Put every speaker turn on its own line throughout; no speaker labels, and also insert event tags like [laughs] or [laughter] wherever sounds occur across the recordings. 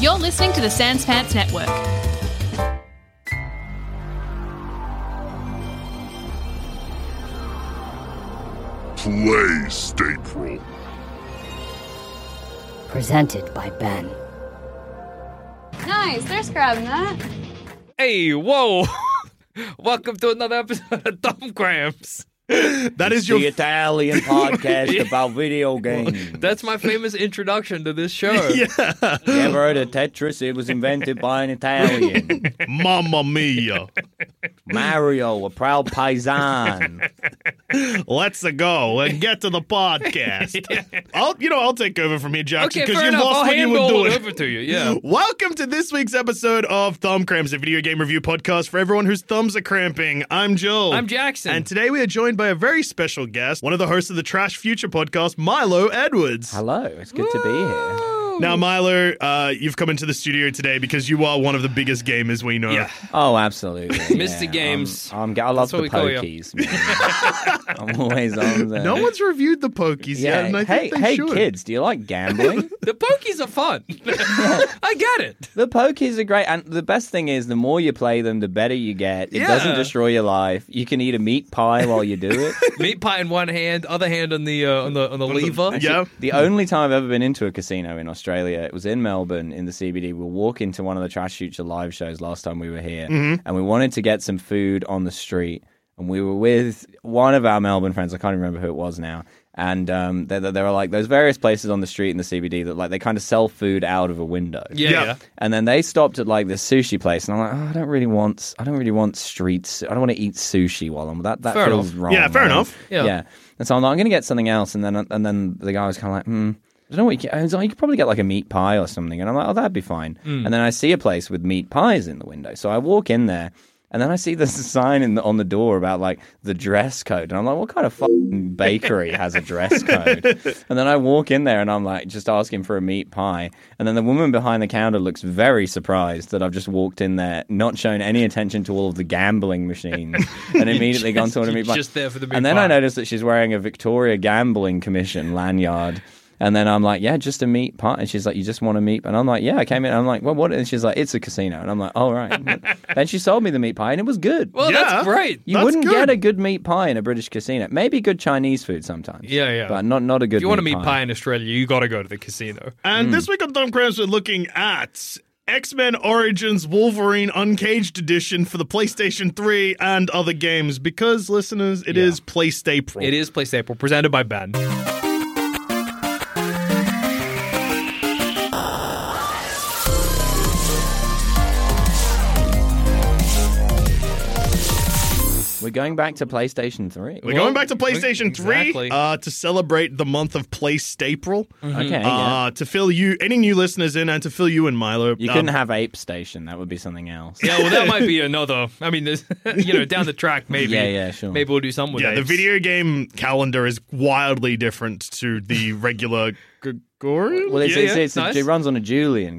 You're listening to the Sans Pants Network.
Play Staple.
Presented by Ben.
Nice, there's grabbing that.
Hey, whoa! [laughs] Welcome to another episode of Dumb Grams.
[laughs] That is
the
your.
Italian podcast about video games.
That's my famous introduction to this show.
[laughs] yeah.
You Ever heard of Tetris? It was invented by
[laughs]
an Italian.
[laughs] Mamma mia.
Mario, a proud paisan.
Let's go and get to the
[laughs]
podcast. I'll, you know, I'll take over from here, Jackson,
Okay,
because
fair
you
enough.
lost
I'll
what you were
handle
doing.
it over to you.
[laughs]
Yeah.
Welcome to this week's episode of Thumb Cramps, a video game review podcast for everyone whose thumbs are cramping. I'm Joel.
I'm Jackson.
And today we are joined by a very special guest, one of the hosts of the Trash Future podcast, Milo Edwards.
Hello, it's good to be here.
Now, Milo, uh, you've come into the studio today because you are one of the biggest gamers we know.
Yeah.
Oh, absolutely.
[laughs]
Mr.
yeah.
Games.
I'm, I'm, I love
what
the
we call you.
pokies. man. I'm always
[laughs]
on there. [laughs]
No one's reviewed the Pokies yet,
Yeah.
and I
hey,
think they
hey,
should.
kids, do you
[laughs]
like gambling?
The pokies are fun. [laughs] I get it.
the pokies are great, and the best thing is, the more you play them, the better you get. It
Yeah.
doesn't destroy your life. You can eat a meat pie while you do it.
[laughs]
Meat pie in one hand, other hand on the uh, on the on the lever.
Yeah.
The only time I've ever been into a casino in Australia, it was in Melbourne in the CBD. We'll walk into one of the Trash Future live shows last time we were here, and we wanted to get some food on the street. And we were with one of our Melbourne friends. I can't remember who it was now. And um, there, there there are like those various places on the street in the CBD that like they kind of sell food out of a window.
Yeah.
Yeah.
yeah.
And then they stopped at like this sushi place, and I'm like, oh, I don't really want, I don't really want streets. I don't want to eat sushi while I'm that. That
Fair
feels
enough.
wrong.
Yeah, fair
right?
enough.
Yeah.
Yeah. And so I'm like, I'm gonna get something else, and then and then the guy was kind of like, hmm. I don't know what you can. I was like, you could probably get like a meat pie or something, and I'm like, oh, that'd be fine.
Mm.
And then I see a place with meat pies in the window, so I walk in there, and then I see this [laughs] sign in the, on the door about like the dress code, and I'm like, what kind of
[laughs]
fucking bakery has a dress code? and then I walk in there, and I'm like, just asking for a meat pie, and then the woman behind the counter looks very surprised that I've just walked in there, not shown any attention to all of the
[laughs]
gambling machines, and immediately gone to order a meat pie.
Just there for the meat
And then
pie.
I know noticed that she's wearing a Victoria Gambling Commission lanyard. And then I'm like, yeah, just a meat pie. And she's like, you just want a meat? And I'm like, yeah, I came in. I'm like, well, what? And she's like, it's a casino. And I'm like, all right.
[laughs]
then she sold me the meat pie, and it was good.
Well,
Yeah.
that's great.
you
that's
wouldn't
good.
get a good meat pie in a British casino. Maybe good Chinese food sometimes.
Yeah, yeah.
But not not a good.
If you want a
meat
meat pie in Australia, you got to go to the casino.
And
Hmm.
this week on Thumb Cramps, we're looking at X Men Origins Wolverine Uncaged Edition for the PlayStation 3 and other games because, listeners, it is Place April.
It is Play Staple, presented
[laughs]
by Ben.
We're going back to PlayStation Three.
We're
Well,
going back to PlayStation 3
exactly.
uh, to celebrate the month of Place April.
okay. Mm-hmm.
Mm-hmm.
yeah.
Ah,
Uh, to fill you, any new listeners in, and to fill you and Milo.
You
um,
couldn't have Ape Station. That would be something else.
Yeah, well, that might be another. I mean, there's, [laughs] you know, down the track, maybe.
Yeah, yeah, sure.
Maybe we'll do something with
Yeah, the
apes.
video game calendar is wildly different to the [laughs] regular Gregorian.
Well, it's,
Yeah,
it's,
yeah,
it's,
nice.
it runs on a Julian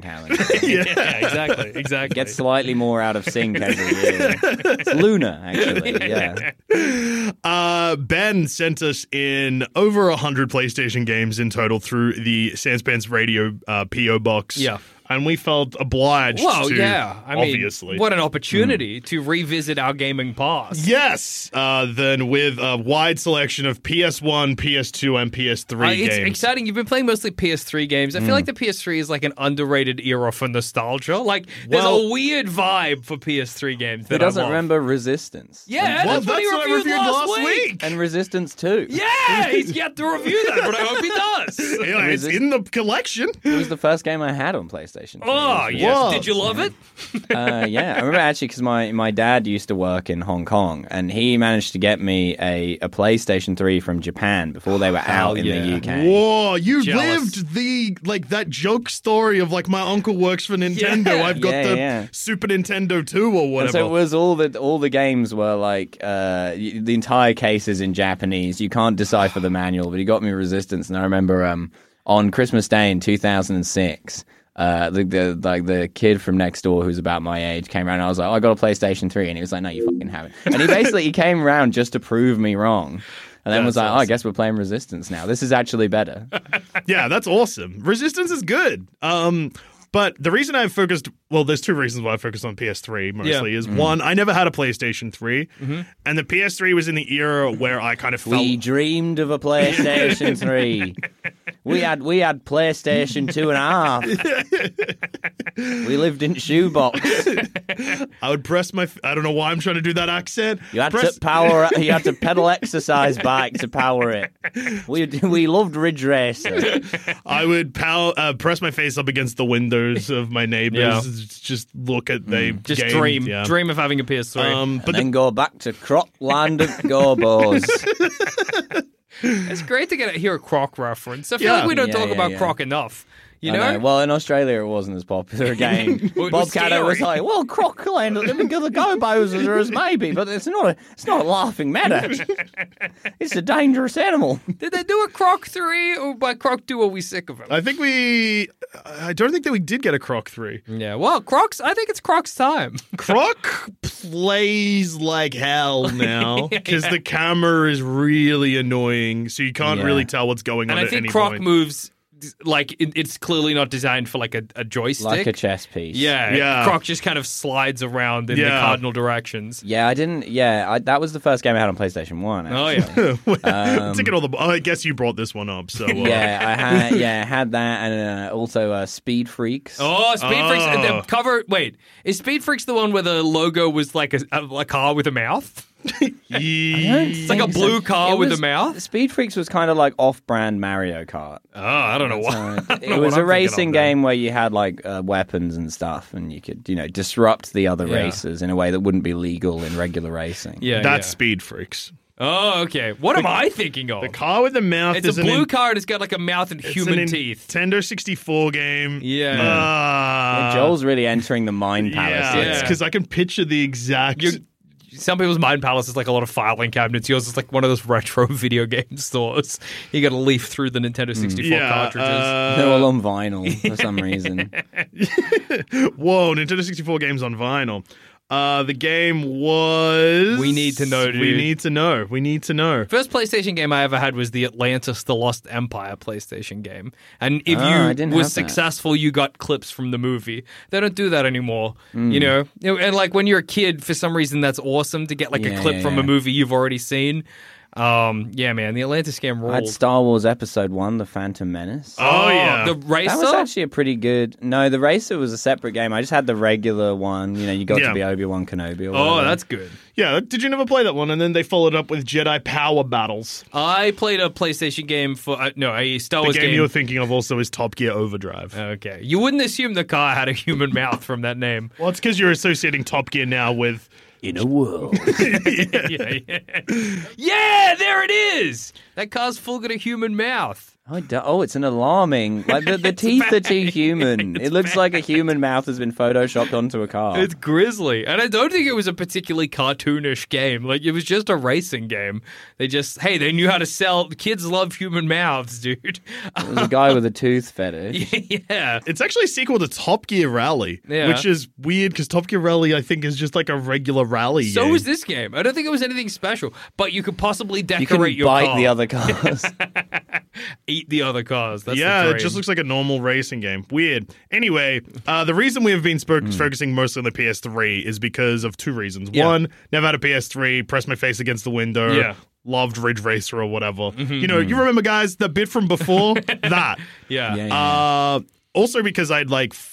[laughs]
calendar.
[laughs]
[laughs]
Yeah, exactly, exactly.
gets slightly more out of sync every year. It's Luna,
[laughs]
actually. Yeah.
Uh, ben sent us in over 100 PlayStation games in total through the Sanspants radio uh, PO box.
Yeah.
And we felt obliged
Well,
to,
yeah. I mean,
obviously. Hmm.
what an opportunity to revisit our gaming past.
Yes, uh, then with a wide selection of PS1, PS2, and PS3
Uh, it's
games. Hmm.
exciting. You've been playing mostly PS3 games. I feel like the PS3 is like an underrated era for nostalgia. Like, there's
Well-
a weird vibe for PS3 games that
Who doesn't
I love.
remember Resistance?
Yeah,
well,
that's, what he
what I
reviewed, last, week.
And Resistance 2.
[laughs]
Yeah, he's yet to review that, but I hope he
[laughs]
does.
Yeah, it's in the collection.
It was the first game I had on PlayStation. PlayStation. 3.
Oh,
It was
yes.
Whoa.
Did you love it?
uh, yeah, I remember actually because my, my dad used to work in Hong Kong, and he managed to get me a, a PlayStation Three from Japan before they were out in
yeah.
the UK.
Whoa, you
Jealous.
lived the like that joke story of like my uncle works for Nintendo. I've got
Yeah,
the
yeah.
Super Nintendo 2 or
And
whatever.
so it was all the all the games were like uh, y- the entire case is in Japanese. You can't decipher the manual, but he got me Resistance, and I remember um, on Christmas Day in two thousand and six. Uh, the, the like the kid from next door who's about my age came around and I was like, oh, I got a PlayStation 3 and he was like, No, you fucking haven't. And he basically he came around just to prove me wrong. And then was like, oh, I guess we're playing Resistance now. This is actually better.
yeah, that's awesome. Resistance is good. Um, but the reason I focused, well, there's two reasons why I focused on PS3 mostly.
Yeah.
Is
Mm-hmm.
one, I never had a PlayStation 3, and the PS3 was in the era where I kind of felt
We dreamed of
[laughs]
a PlayStation 3. We had we had PlayStation 2 and a half. We lived in shoebox.
I would press my. f- I don't know why I'm trying to do that accent.
You had
press,
to power you had to pedal exercise bike to power it. We we loved
[laughs]
Ridge Racer.
I would pow, uh, press my face up against the windows of my neighbors.
Yeah.
Just look at they
Mm.
Just
games,
dream,
yeah.
dream of having a PS3.
Um,
And
but
then go back to Crockland of Gobos.
it's great to get to hear a Croc reference. I feel
Yeah.
like we don't
Yeah,
talk
yeah,
about
yeah.
Croc enough. [laughs] You know,
I Well, in Australia, it wasn't as popular a game.
Well, [laughs] it was
Bob Caddo was
scary.
like, "Well, Crockland, the Gobos are as maybe, but it's not a it's not a laughing matter.
[laughs]
It's a dangerous animal."
did they do a Croc three or by Croc two? Are we sick of him?
I think we. I don't think that we did get a Croc three.
yeah, well, Crocs. I think it's
[laughs]
Croc's time.
Croc plays like [laughs] hell now because the camera is really annoying, so you can't
Yeah.
really tell what's going on.
and I
at
think
any
Croc
point.
moves like it, it's clearly not designed for like a, a joystick.
like a chess piece.
Yeah,
Yeah.
Croc just kind of slides around in the
Yeah.
cardinal directions.
Yeah, I didn't. Yeah, I, that was the first game I had on PlayStation One.
Oh
actually.
[laughs]
yeah,
Ticket all the. Oh, I guess you brought this one up. So uh,
[laughs]
Yeah, I had yeah I had that, and uh, also uh, Speed Freaks.
oh Speed Freaks. and
Oh.
The cover. Wait, is Speed Freaks the one where the logo was like a, a, a car with a mouth?
ye-
It's like a blue car
It
with
was-
a mouth.
Speed Freaks was kind of like off-brand Mario Kart.
Oh, I don't know
[laughs]
why.
it was
what
a
I'm thinking of
racing
then.
game where you had like uh, weapons and stuff, and you could you know disrupt the other
Yeah.
racers in a way that wouldn't be legal in regular racing.
Yeah,
that's
yeah.
Speed Freaks.
Oh, okay. What am I thinking of?
The car with the mouth.
it's a
is an
blue
in-
car and it's got like a mouth and
it's
human
an
teeth.
Nintendo sixty four game.
Yeah.
Ah.
And Joel's really entering the mind palace.
Yeah,
here.
it's because I can picture the exact.
You- some people's mind palace is like a lot of filing cabinets. Yours is like one of those retro [laughs] video game stores. You got to leaf through the
Hmm.
Nintendo 64
yeah,
cartridges.
uh,
They're all on vinyl for some
[laughs]
reason.
whoa, Nintendo 64 games on vinyl. Uh, the game was.
We need to know,
We
dude.
need to know. We need to know.
First PlayStation game I ever had was the Atlantis: The Lost Empire PlayStation game, and if
Ah, I
you
didn't
were
have that.
successful, you got clips from the movie. They don't do that anymore,
Hmm.
you know. You know, And like when you're a kid, for some reason, that's awesome to get like
Yeah,
a clip
yeah,
from
yeah.
a movie you've already seen. Um, yeah, man, the Atlantis game
I had
ruled.
Star Wars Episode One, The Phantom Menace.
Oh, yeah.
the
That was
racer.
actually a pretty good. No, the racer was a separate game. I just had the regular one. You know, you got
Yeah.
to be Obi Wan Kenobi. Or
Oh,
whatever.
that's good.
Yeah, did you never play that one? And then they followed up with Jedi Power Battles.
I played a PlayStation game for uh, no a Star
The
Wars
game, you're thinking of also is Top Gear Overdrive.
okay, you wouldn't assume the car had a human mouth from
[laughs]
that name.
well, it's because you're associating Top Gear now with.
in a world.
yeah, yeah. yeah, there it is. That car's full got a human mouth.
I do- oh, it's an alarming.
[laughs]
Like the, the teeth are too human. it looks like a human mouth has been photoshopped onto a car.
It's grisly. And I don't think it was a particularly cartoonish game. Like, it was just a racing game. They just, hey, they knew how to sell. Kids love human mouths, dude. [laughs] Oh,
There's a guy with a tooth fetish.
yeah.
It's actually a sequel to Top Gear Rally,
Yeah.
which is weird because Top Gear Rally, I think, is just like a regular rally.
So
game.
was this game. I don't think it was anything special, but you could possibly
You
decorate
can
your
bite
car,
the
[laughs]
other cars.
eat the other cars. That's
yeah,
the
it
dream.
just looks like a normal racing game. Weird. Anyway, uh, the reason we have been spoke- focusing mostly on the PS3 is because of two reasons.
Hmm. Yeah.
One, never had a PS3, pressed my face against the window.
Yeah. Mm-hmm.
Loved Ridge Racer or whatever. You know, you remember,
[laughs]
guys, the bit from before? that.
yeah.
Yeah, yeah.
Uh, also because I'd like. f-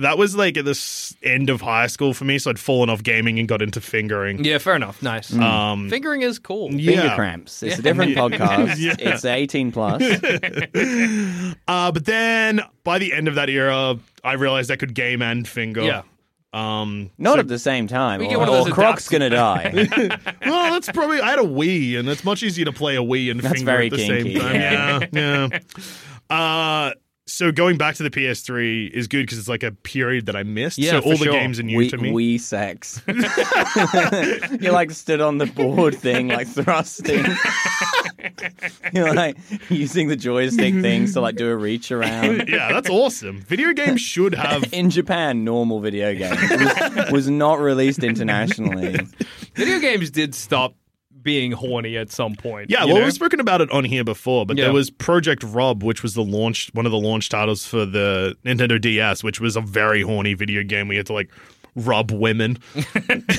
that was like at the s- end of high school for me. So I'd fallen off gaming and got into fingering.
Yeah, fair enough. Nice.
Um,
Fingering is cool.
Finger
yeah.
cramps. It's
[laughs]
a different podcast.
Yeah.
It's 18 plus.
Uh, but then by the end of that era, I realized I could game and finger.
Yeah.
Um,
Not at the same time.
We
or,
get one of those
or Croc's
adapters.
going
[laughs]
to die.
well, that's probably I had a Wii, and it's much easier to play a Wii and
That's
finger
very
at the
kinky,
same time. Yeah, yeah. Uh, so going back to the PS3 is good because it's like a period that I missed.
Yeah,
so
for
all the
sure.
games are new
we,
to me.
we sex. [laughs] you like stood on the board thing, like thrusting. [laughs] You're like using the joystick things to like do a reach
[laughs]
around.
yeah, that's awesome. Video games should
[laughs]
have.
In Japan, normal video game was, was not released internationally.
Video games did stop being horny at some point.
Yeah,
you
well,
know?
we've spoken about it on here before, but
Yeah.
there was Project Rob, which was the launch, one of the launch titles for the Nintendo DS, which was a very horny video game. We had to like rub women.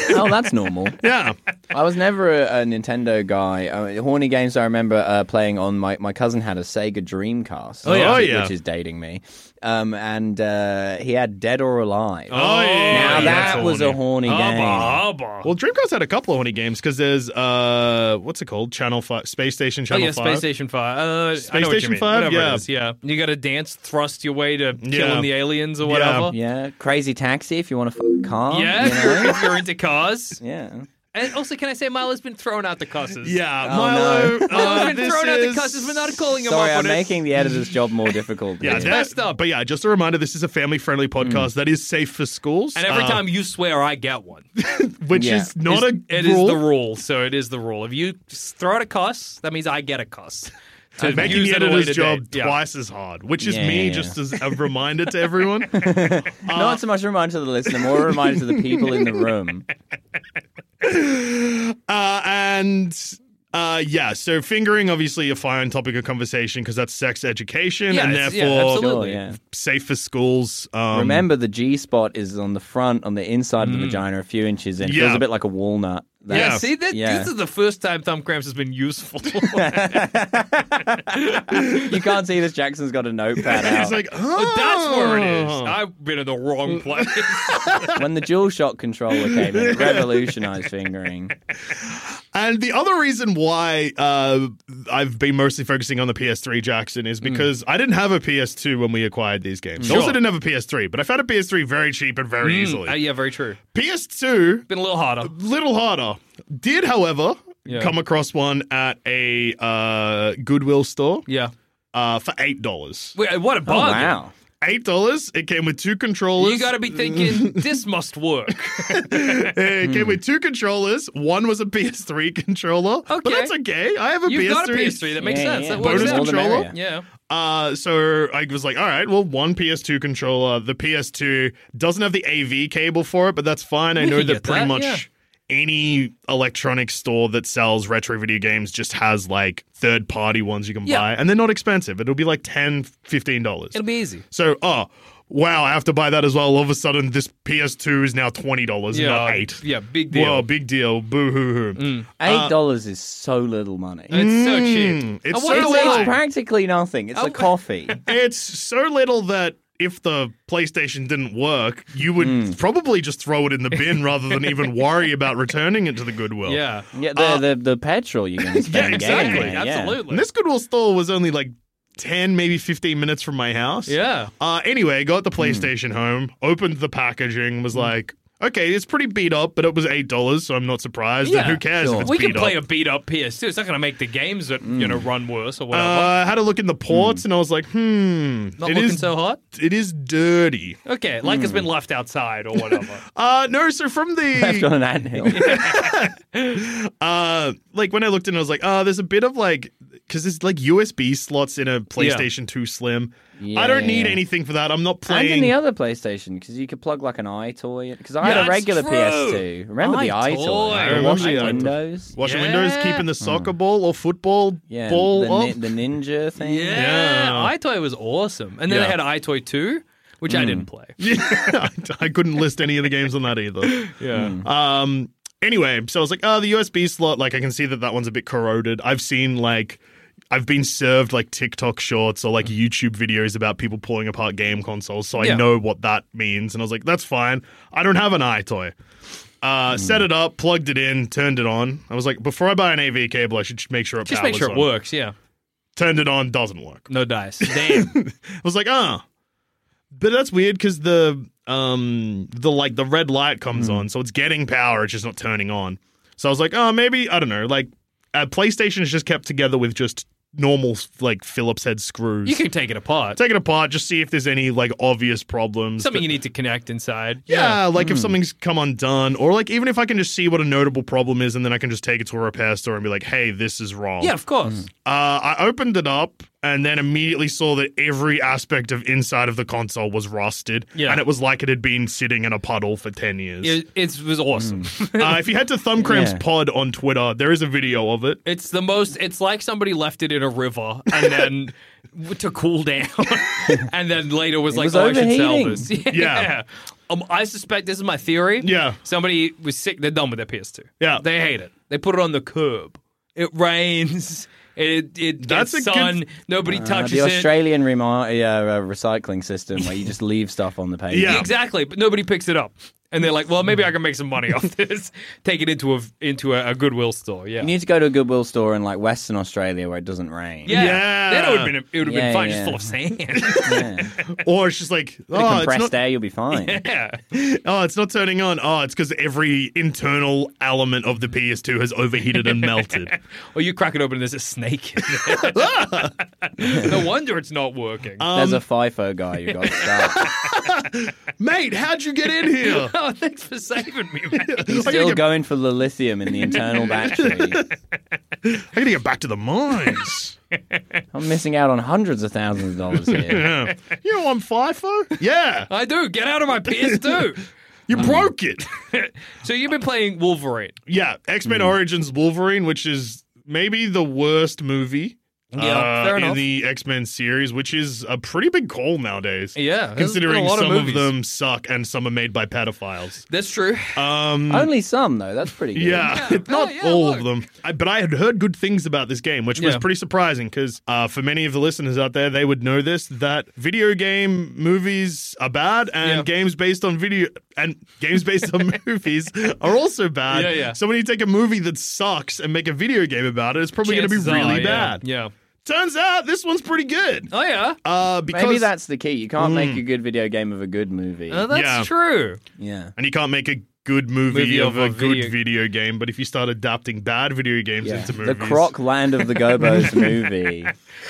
Oh, that's normal.
Yeah,
I was never a, a Nintendo guy. Uh, horny games I remember uh, playing on my my cousin had a Sega Dreamcast.
Oh, yeah. Oh,
which,
yeah.
which is dating me. Um, and uh, he had Dead or Alive.
Oh,
yeah,
now
that's
that was a horny game.
Hubba, hubba.
Well, Dreamcast had a couple of horny games because there's uh, what's it called? Channel Five, Space Station
Oh
Channel
yeah, Space
Five.
Station Five. Uh, I
Space
know what you
Station
mean.
5,
Whatever
yeah.
it is, yeah. You got to dance, thrust your way to
Yeah.
killing the aliens or
Yeah.
whatever.
Yeah, Crazy Taxi if you want to f- car.
Yeah,
you
if, you're,
know?
if you're into cars.
yeah.
And also, can I say Milo's been thrown out the cusses?
Yeah,
Oh,
Milo.
[laughs]
no.
uh,
Milo's been
this
thrown out the
is-
cusses for not calling him
Sorry,
up on
I'm
it.
making the editor's job more difficult.
Yeah,
here.
that-
messed up.
But yeah, just a reminder: this is a family-friendly
Hmm.
podcast that is safe for schools,
And every
uh,
time you swear, I get one.
which
Yeah.
is not
It's-
a
It is
rule.
the rule, so it is the rule. If you s- throw out a cuss, that means I get
[laughs]
a cuss. To
Making
use
the
at a later
editor's job
date. Yeah.
twice as hard, which is
Yeah,
me,
yeah,
just
yeah.
as a reminder to
[laughs]
everyone.
Not so much a reminder to the listener, more a reminder to the people in the room.
Uh, and uh, yeah, so fingering obviously a fine topic of conversation because that's sex education,
Yeah,
and
it's- yeah,
therefore
absolutely.
Sure, yeah.
safe for schools. Um,
Remember, the G spot is on the front, on the inside of the vagina, a few inches in. It Feels
Yeah.
a bit like a walnut. That-
Yeah,
Yeah.
see, that,
Yeah.
this is the first time thumb cramps has been useful. [laughs]
[laughs] you can't see this. Jackson's got a notepad
[laughs] It's
out.
like,
But oh, that's where
[laughs]
it is.
"Oh."
I've been in the
[laughs]
wrong place.
when the dual shot controller came in, it revolutionized fingering. Oh,
And the other reason why uh, I've been mostly focusing on the PS3 Jackson is because I didn't have a PS2 when we acquired these games. I also
Hmm. Sure.
didn't have a PS3, but I found a PS3 very cheap and very easily.
[laughs] Uh, yeah, very true.
PS2,
Been a little harder.
little harder. Did, however,
Yeah.
come across one at a uh, Goodwill store
Yeah.
uh, for eight dollars.
Wait, uh, what a
Oh,
bargain.
wow.
Eight dollars. It came with two controllers.
You got to be thinking, this must work.
[laughs]
Hmm.
It came with two controllers. One was a PS3 [laughs] controller. but
Okay.
that's okay. I have a
You've
PS3.
got a PS3. That makes
Yeah,
sense.
yeah.
That works
Bonus
out.
More than controller?
area.
Yeah.
Uh, so I was like, all right, well, one PS2 controller. The PS2 doesn't have the AV cable for it, but that's fine. I
We
know
can
that
get
pretty
that,
much
yeah.
any electronic store that sells retro video games just has like third party ones you can
Yeah.
buy, and they're not expensive. It'll be like $10, $15.
It'll be easy.
so, oh, wow, I have to buy that as well. All of a sudden, this PS2 is now $20,
Yeah.
not 8
Yeah, big deal.
Whoa, big deal. Boo hoo hoo.
Eight dollars is so little money.
It's so cheap.
mm, It's
I
so
wonder
little.
It's
why.
practically nothing. It's
Oh.
a coffee.
It's so little that if the PlayStation didn't work, you would
Hmm.
probably just throw it in the bin rather than
[laughs]
even worry about returning it to the Goodwill.
Yeah.
Yeah, the, the, the petrol you're [laughs] going to spend.
exactly.
Getting there, yeah.
Absolutely.
And this Goodwill store was only like 10, maybe 15 minutes from my house.
Yeah. Hmm.
Uh, anyway, got the PlayStation home, opened the packaging, was like, okay, it's pretty beat up, but it was $8, so I'm not surprised.
Yeah,
and who cares
sure.
if it's
we
beat
can play
up?
a beat up PS2. It's not going to make the games that you
Mm.
know run worse or
Uh,
whatever.
I had a look in the ports and I was like, hmm,
not
it
looking
is-
so hot.
it is dirty.
Okay, like
Mm.
it's been left outside or
[laughs]
whatever.
Uh, no, so from
[laughs]
the
Left on an [laughs] anthill.
uh like when I looked in, I was like, oh, there's a bit of like because there's like USB slots in a PlayStation 2 Slim. I don't need
Yeah.
anything for that. I'm not
and
playing.
in the other PlayStation, because you could plug like an iToy. Because I had
That's
a regular
true.
PS2. Remember the
iToy.
iToy?
I
The
remember
washing
the iToy.
windows.
Washing
Yeah.
windows, keeping the soccer ball or football
Mm. Yeah,
ball
the,
up.
nin- the ninja thing.
Yeah, iToy was awesome. And then
Yeah.
they had iToy 2, which
Mm.
I didn't play.
Yeah, [laughs] I couldn't list any of the games on that either.
Yeah.
Um. Anyway, so I was like, oh, the USB slot. Like, I can see that that one's a bit corroded. I've seen like I've been served like TikTok shorts or like YouTube videos about people pulling apart game consoles, so I
Yeah.
know what that means. And I was like, that's fine. I don't have an eye toy. Uh, Set it up, plugged it in, turned it on. I was like, before I buy an AV cable, I should just make sure it
Just
powers
make sure
on.
it works. Yeah.
Turned it on, doesn't work.
No dice.
[laughs]
Damn.
I was like, ah. But that's weird because the um the like the red light comes
Hmm.
on, so it's getting power, it's just not turning on. So I was like, oh, maybe I don't know. Like, uh, PlayStation is just kept together with just normal like Phillips head screws.
you can take it apart.
take it apart, just see if there's any like obvious problems.
Something
that-
you need Hmm. to connect inside.
yeah, like if something's come undone, or like even if I can just see what a notable problem is, and then I can just take it to a repair store and be like, "Hey, this is wrong."
Yeah, of course.
Uh, I opened it up and then immediately saw that every aspect of inside of the console was rusted.
Yeah.
And it was like it had been sitting in a puddle for 10
Mm.
years.
It, it was awesome.
[laughs] uh, if you head to Thumbcramp's
Yeah.
pod on Twitter, there is a video of it.
It's the most. It's like somebody left it in a river and then w- to cool down, and then later was like,
was
"Oh, I should sell
overheating.
this." [laughs]
Yeah.
Um, I suspect this is my theory.
Yeah.
Somebody was sick. They're done with their PS2.
Yeah.
They hate it. They put it on the curb. It rains. It it
That's
gets
a good-
sun. Nobody
Uh,
touches
the
it.
Australian remar- yeah, uh, recycling system where you just [laughs] leave stuff on the page.
Yeah.
Exactly, but nobody picks it up. And they're like, "Well, maybe I can make some money off [laughs] this. Take it into a into a, a Goodwill store." Yeah.
You need to go to a Goodwill store in like Western Australia where it doesn't rain.
yeah.
Yeah.
That would have been it would have been
Yeah,
fine.
yeah.
Just full of sand.
Yeah.
Or it's just like,
Bit of
oh, it's,
compressed
not,
air, you'll be fine.
yeah.
oh it's not turning on. Oh, it's because every internal element of the PS2 has overheated and melted.
Or Oh, you crack it open and there's a snake in there.
[laughs]
no wonder it's not working.
Uh,
There's a FIFO guy who got stuck.
Mate, how'd you get in here?
[laughs] oh, thanks for saving me, mate.
He's
I gotta
still
get-
going for the lithium in the internal battery.
I gotta get back to the mines.
I'm missing out on hundreds of thousands of dollars here.
Yeah. You know I'm FIFO? Yeah.
I do. Get out of my PS2.
You
Mm.
broke it.
so you've been playing Wolverine.
Yeah, X Men Origins Wolverine, which is maybe the worst movie
Yeah,
uh,
fair
in
enough.
the X Men series, which is a pretty big call nowadays.
Yeah, there's been
considering
a lot of
some of,
movies.
them suck and some are made by pedophiles.
That's true.
[laughs] Um,
Only some though. That's pretty good.
yeah,
[laughs] Yeah.
not
Uh, Oh, yeah,
all
look.
of them. I, but I had heard good things about this game, which was
Yeah.
pretty surprising because uh, for many of the listeners out there, they would know this that video game movies are bad, and
Yeah.
games based on video and games based
[laughs]
on movies are also bad.
Yeah, yeah.
So when you take a movie that sucks and make a video game about it, it's probably going to be
Chances
really
are, Oh, yeah,
bad.
Yeah.
Turns out this one's pretty good.
Oh yeah.
Uh, because
Maybe that's the key. You can't make a good video game of a good movie.
Oh, that's
Yeah.
true.
yeah.
and you can't make a good movie,
Movie
of,
of
a
a
good
video-
video game. But if you start adapting bad video games
yeah.
into
The
movies,
Croc Land of the Gobos movie.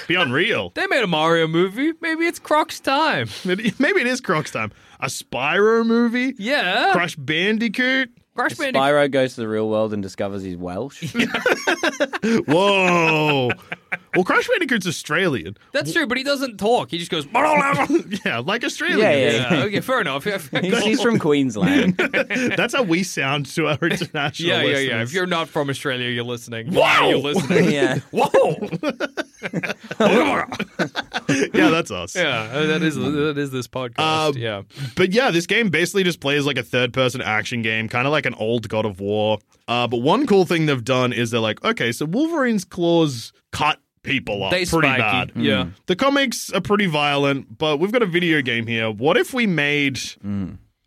be unreal.
They made a Mario movie. Maybe it's Croc's time.
Maybe, maybe it is Croc's time. A Spyro movie?
Yeah.
Crash Bandicoot?
Crash Bandicoot.
Spyro goes to the real world and discovers he's Welsh.
[laughs]
Whoa. well, Crash Bandicoot's Australian.
That's true, but he doesn't talk. He just goes.
[laughs] yeah, like Australian.
Yeah, yeah,
Oh, yeah. Okay. Fair enough. [laughs] Yeah, fair
He's, [laughs] he's from Queensland. [laughs]
That's how we sound to our international
[laughs] Yeah, yeah,
listeners.
yeah. If you're not from Australia, you're listening. Why are you
Wow!
listening?
Yeah.
Whoa! [laughs]
[laughs] yeah, that's us.
yeah, uh, that is that is this podcast.
Mm. Um,
yeah,
But yeah, this game basically just plays like a third person action game, kind of like an old God of War. Uh, but one cool thing they've done is they're like, okay, so Wolverine's claws cut people up
they
pretty
spiky.
bad. Hmm.
Yeah,
The comics are pretty violent, but we've got a video game here. What if we made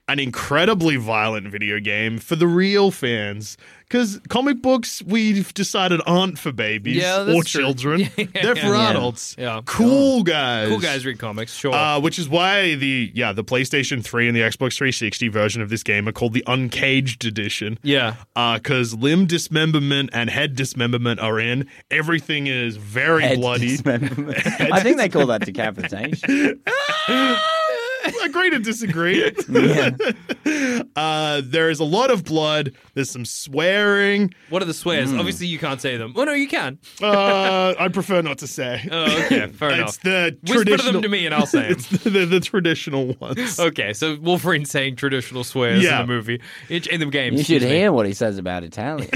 an incredibly violent video game for the real fans? Because comic books we've decided aren't for babies
Yeah, that's
or
true. [laughs]
children. They're for
Yeah.
adults.
Yeah.
Cool guys.
cool guys read comics. Sure.
Uh, which is why the yeah the PlayStation 3 and the Xbox 360 version of this game are called the Uncaged Edition
yeah,
because limb dismemberment and head dismemberment are in. Everything is very
Head
bloody.
dismemberment. I think they call that decapitation.
[laughs] agree to
[laughs]
disagree. uh, there is a lot of blood. There's some swearing.
what are the swears?
Mm.
Obviously, you can't say them. Well, no, you can.
Uh, I prefer not to say.
[laughs] Oh,
[laughs]
okay, fair
it's
enough.
the
Whisper
traditional.
them to me, and
[laughs]
I'll say 'em.
It's the, the, the traditional ones.
Okay, so Wolverine saying traditional swears
Yeah.
in the movie, in, in the game.
You should
excuse me.
hear what he says about Italian.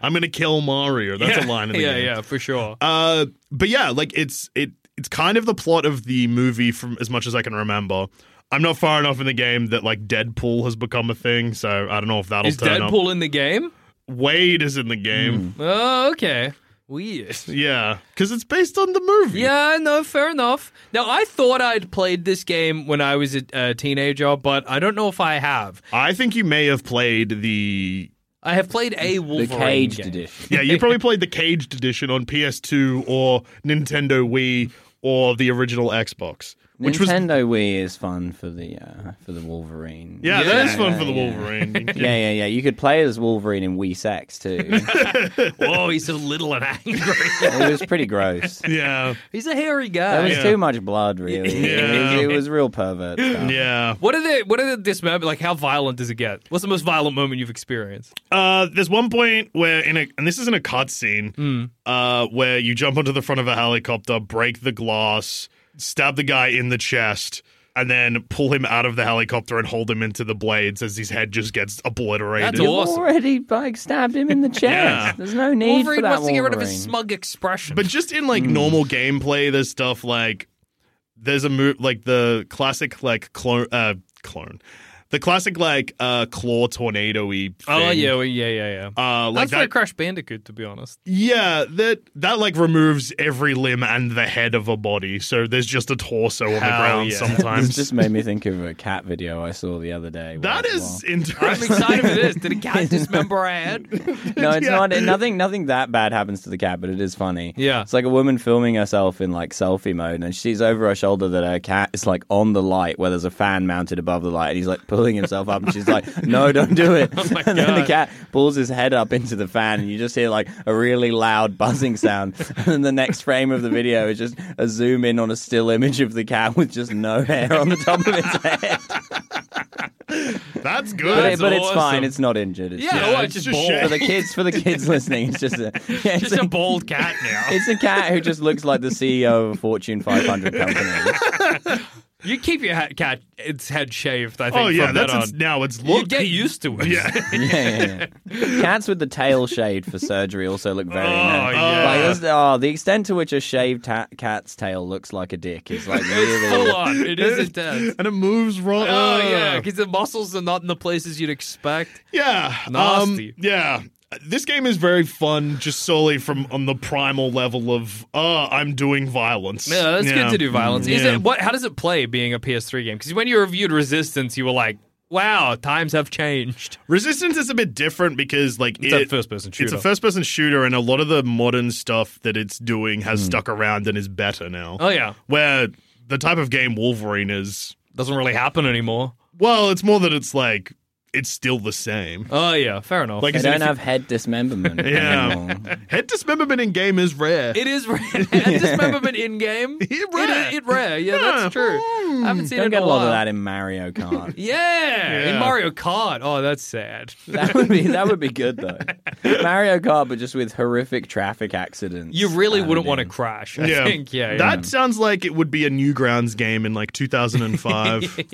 I'm gonna kill Mario. That's
[laughs] yeah.
a line in the
[laughs] yeah,
game.
yeah, for sure.
Uh, but yeah, like it's it it's kind of the plot of the movie from as much as I can remember. I'm not far enough in the game that like Deadpool has become a thing, so I don't know if that'll
is
turn up.
Deadpool in the game?
Hmm.
Wade is in the game.
Oh, okay. Weird.
Yeah, because it's based on the movie.
Yeah, no, fair enough. Now, I thought I'd played this game when I was a, a teenager, but I don't know if I have.
I think you may have played the.
I have played a
The
Wolverine
caged
game.
edition.
Yeah, you probably played the caged edition on PS2 or Nintendo Wii or the original Xbox, which was
Nintendo Wii is fun for the uh, for the Wolverine.
yeah, that is fun
yeah,
for the
yeah.
Wolverine. [laughs]
yeah, yeah, yeah. You could play as Wolverine in Wii Sex too.
Whoa, he's so little and angry.
it was pretty gross.
yeah,
he's a hairy
There
guy.
was
Yeah.
too much blood, really.
Yeah.
It, was, it was real
[laughs]
pervert. Stuff.
yeah.
What are the what are the dismember like? How violent does it get? What's the most violent moment you've experienced?
Uh, there's one point where in a and this is in a cutscene
Hmm.
uh, where you jump onto the front of a helicopter, break the glass, stab the guy in the chest, and then pull him out of the helicopter and hold him into the blades as his head just gets obliterated.
That's awesome.
Already like stabbed
[laughs]
him in the chest.
Yeah.
There's no need for
Wolverine
that.
wants to get rid of
Wolverine.
his smug expression.
But just in like normal gameplay, there's stuff like there's a move like the classic like clone uh, clone, the classic like uh, claw tornado-y.
oh
thing.
yeah, well, yeah, yeah, yeah.
Uh, like
That's very
that,
Crash Bandicoot, to be honest.
yeah, that that like removes every limb and the head of a body, so there's just a torso on the
Hell
ground
yeah.
[laughs] This
sometimes.
just made me think of a cat video I saw the other day.
that
Well,
is
I'm
interesting.
excited for this. Did a cat dismember our head?
No, it's
Yeah.
not. Nothing, nothing that bad happens to the cat, but it is funny.
Yeah.
it's like a woman filming herself in like selfie mode, and she's over her shoulder that her cat is like on the light where there's a fan mounted above the light, and he's like pulling himself up, and
[laughs]
she's like, "No, don't do it."
Oh my
and then the
God.
cat pulls his head up into the fan, and you just hear like a really loud buzzing sound. [laughs] and then the next frame of the video is just a zoom in on a still image of the cat with just no hair on the top of
[laughs]
its head.
[laughs] That's
but,
good.
it- but it's
awesome.
fine; it's not injured. It's
Yeah,
just-
oh,
it's
it's just,
just
bald. [laughs]
shit.
for the kids, for the kids listening, it's just a [laughs] yeah, it's
[laughs] Just a bald cat now.
It's a cat who just looks like the CEO of a Fortune 500 company.
[laughs] You keep your hat, cat its head shaved. I think.
[laughs] oh yeah,
from that
that's
on.
its, now it's
you
look.
get
[laughs]
used to it.
Yeah, yeah, yeah. Cats with the tail shaved for surgery also look
Oh,
very. nice.
yeah.
Like, that's- oh, the extent to which a shaved ta- cat's tail looks like a dick is like
Full [laughs]
really.
on. It is [laughs] intense.
and it moves wrong.
Oh
Ugh.
yeah, because the muscles are not in the places you'd expect.
Yeah. um,
Nasty.
yeah. This game is very fun just solely from on the primal level of uh I'm doing violence.
Yeah, that's good to do violence. Is
Yeah.
it what? How does it play being a PS3 game? Because when you reviewed Resistance, you were like, "Wow, times have changed."
Resistance is a bit different because like
It's a first-person
It's
shooter.
a first person shooter and a lot of the modern stuff that it's doing has stuck around and is better now.
Hmm. Oh yeah,
Where the type of game Wolverine is
doesn't really happen anymore.
well, it's more that it's like it's still the same.
Oh yeah, fair enough.
Like
They
is it-
don't have head dismemberment.
Yeah.
[laughs]
anymore.
[laughs] head dismemberment in game is rare.
it is rare. [laughs] And dismemberment in game.
It rare.
[laughs] It, it rare. Yeah, that's true. I haven't seen it
Don't
in
get a lot of
while.
that in Mario Kart.
[laughs]
[laughs]
Yeah,
Yeah.
in Mario Kart. Oh, that's sad.
That would be that would be good though.
[laughs]
Mario Kart, but just with horrific traffic accidents.
You really
added
wouldn't want to
in.
crash. I think. Yeah, yeah.
That sounds like it would be a Newgrounds game in like
[laughs]
2005.
Oh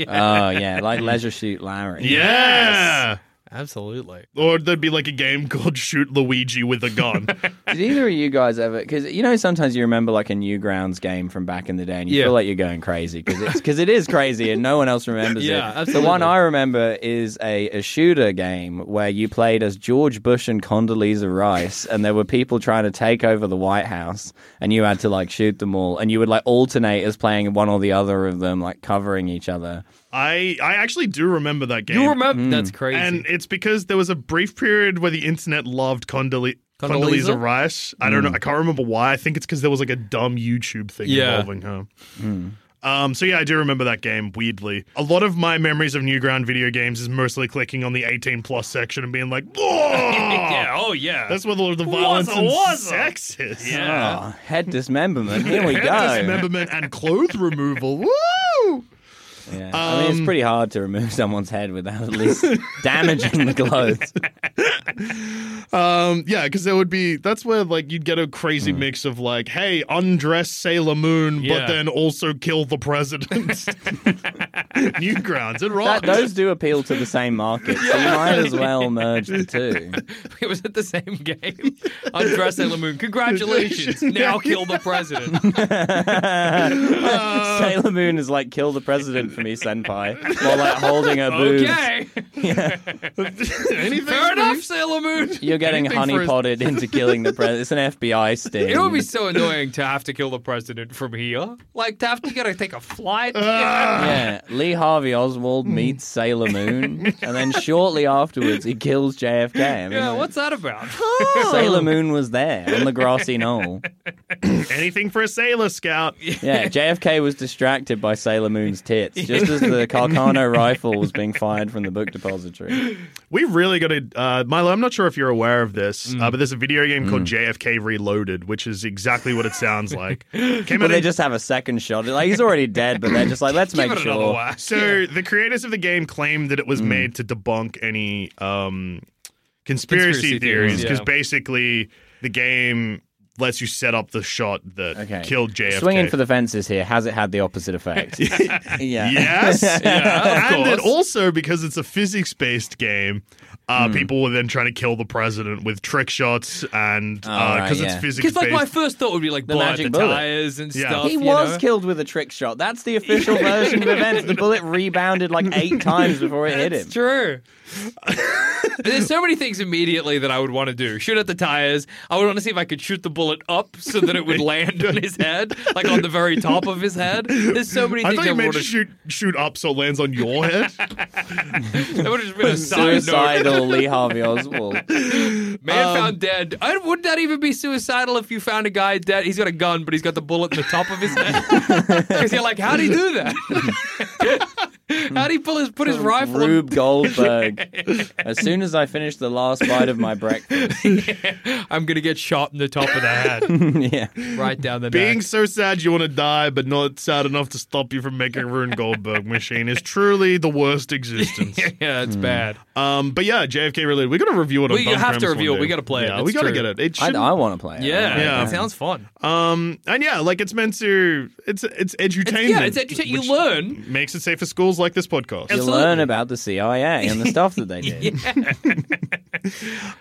yeah, like Leisure Shoot Larry.
yeah.
absolutely.
Or there'd be like a game called Shoot Luigi with a
[laughs]
gun.
Did either of you guys ever? Because you know, sometimes you remember like a Newgrounds game from back in the day, and you
Yeah.
feel like you're going crazy because it's because it is crazy, and no one else remembers it.
Yeah,
The one
absolutely.
I remember is a, a shooter game where you played as George Bush and Condoleezza Rice, and there were people trying to take over the White House, and you had to like shoot them all, and you would like alternate as playing one or the other of them, like covering each other.
I I actually do remember that game.
You remember? That's crazy.
And it's because there was a brief period where the internet loved Condole- Condoleezza?
Condoleezza? Hmm.
Rice. I don't know. I can't remember why. I think it's because there was like a dumb YouTube thing
Yeah.
involving her. Um, so yeah, I do remember that game. Weirdly, a lot of my memories of Newground video games is mostly clicking on the 18 plus section and being like, "Whoa!"
[laughs] yeah. Oh yeah.
That's where the, the violence and
wazza.
sex is.
yeah.
Oh, head dismemberment.
[laughs]
Here we go.
Dismemberment and clothes removal. [laughs] Woo!
Yeah. I
Um,
mean, it's pretty hard to remove [laughs] someone's head without at least damaging the clothes.
Um, yeah, because there would be that's where like you'd get a crazy
Hmm.
mix of like, hey, undress Sailor Moon, but
Yeah.
then also kill the president.
[laughs]
Newgrounds, it
That,
rocks.
those do appeal to the same market, so you might as well merge
[laughs]
the two.
It was at the same game. [laughs] Undress Sailor Moon.
[laughs]
Congratulations. now kill the president.
Sailor Moon is like kill the president for me, senpai. More like holding her boobs.
Okay. [laughs]
[laughs]
Anything?
Fair enough, Sailor Moon.
You're getting
Anything for
honey
his-
potted into killing the president. It's an FBI sting.
It would be so annoying to have to kill the president from here. Like to have to gotta take a
[laughs]
flight.
yeah, Lee Harvey
Hmm.
Oswald meets Sailor Moon, and then shortly afterwards he kills JFK. I mean,
yeah, what's that about?
Sailor Moon was there on the grassy knoll.
Anything for a sailor scout.
Yeah, JFK was distracted by Sailor Moon's tits, just
[laughs]
as the Carcano rifle was being fired from the book depository.
We really got to, uh, Milo. I'm not sure if you're aware of this,
Hmm.
uh, but there's a video game called JFK Reloaded, which is exactly what it sounds
[laughs]
like. Came
But
out
they
in
just have a second shot. Like he's already dead, but they're just like, let's
Give
make
it another
sure.
whack.
So the creators of the game claimed that it
Hmm.
was made to debunk any um, conspiracy,
Conspiracy theories,
theories because
yeah.
basically the game lets you set up the shot that
Okay.
killed JFK.
Swinging for the fences here. Has it had the
[laughs]
opposite effect? [laughs] yeah.
yes,
Yeah,
[laughs]
of
and it
course.
also because it's a physics based game.
Hmm.
Uh, People were then trying to kill the president with trick shots and because
right,
it's
yeah.
physics
Because
based.
like my first thought would be like
The
blow out
magic
the
bullet.
tires and
Yeah.
stuff.
He
you
was
know?
killed with a trick shot. That's the official version of events. The bullet rebounded like
[laughs]
eight times before it hit him.
It's true. [laughs] There's so many things immediately that I would want to do. Shoot at the tires. I would want to see if I could shoot the bullet up so that
[laughs]
it would land on his head, like on the very top of his head. There's so many
I
things
thought
I
you
would
meant
want
to
to
shoot shoot up so it lands on your
[laughs]
head.
That would have just
[laughs]
been a side note.
Suicidal Lee
[laughs]
Harvey Oswald.
Man
Um,
found dead. I, would that even be suicidal if you found a guy dead? He's got a gun, but he's got the bullet in the top of his
[laughs]
head. Because you're like, how'd he do that? [laughs] how'd he pull his, put his rifle? in-
Rube Goldberg. As soon as I finish the last bite of my breakfast,
[laughs]
[laughs]
I'm going to get shot in the top of the head.
yeah,
right down the
Being
neck.
so sad you want to die, but not sad enough to stop you from making a Rune Goldberg machine is truly the worst
[laughs]
existence.
yeah,
Hmm.
it's bad.
Uh,
um, but yeah, JFK really, we got to review it. On
We have to review it. We gotta play it.
Yeah,
It's
we got to
true.
get it. It
I,
should.
I want to play it.
Yeah,
Yeah.
it sounds fun.
um, and yeah, like it's meant to. It's it's edutainment.
yeah, it's edutainment. You
which
learn.
Makes it safe for schools like this podcast.
You learn about the CIA and the stuff
[laughs]
that they did.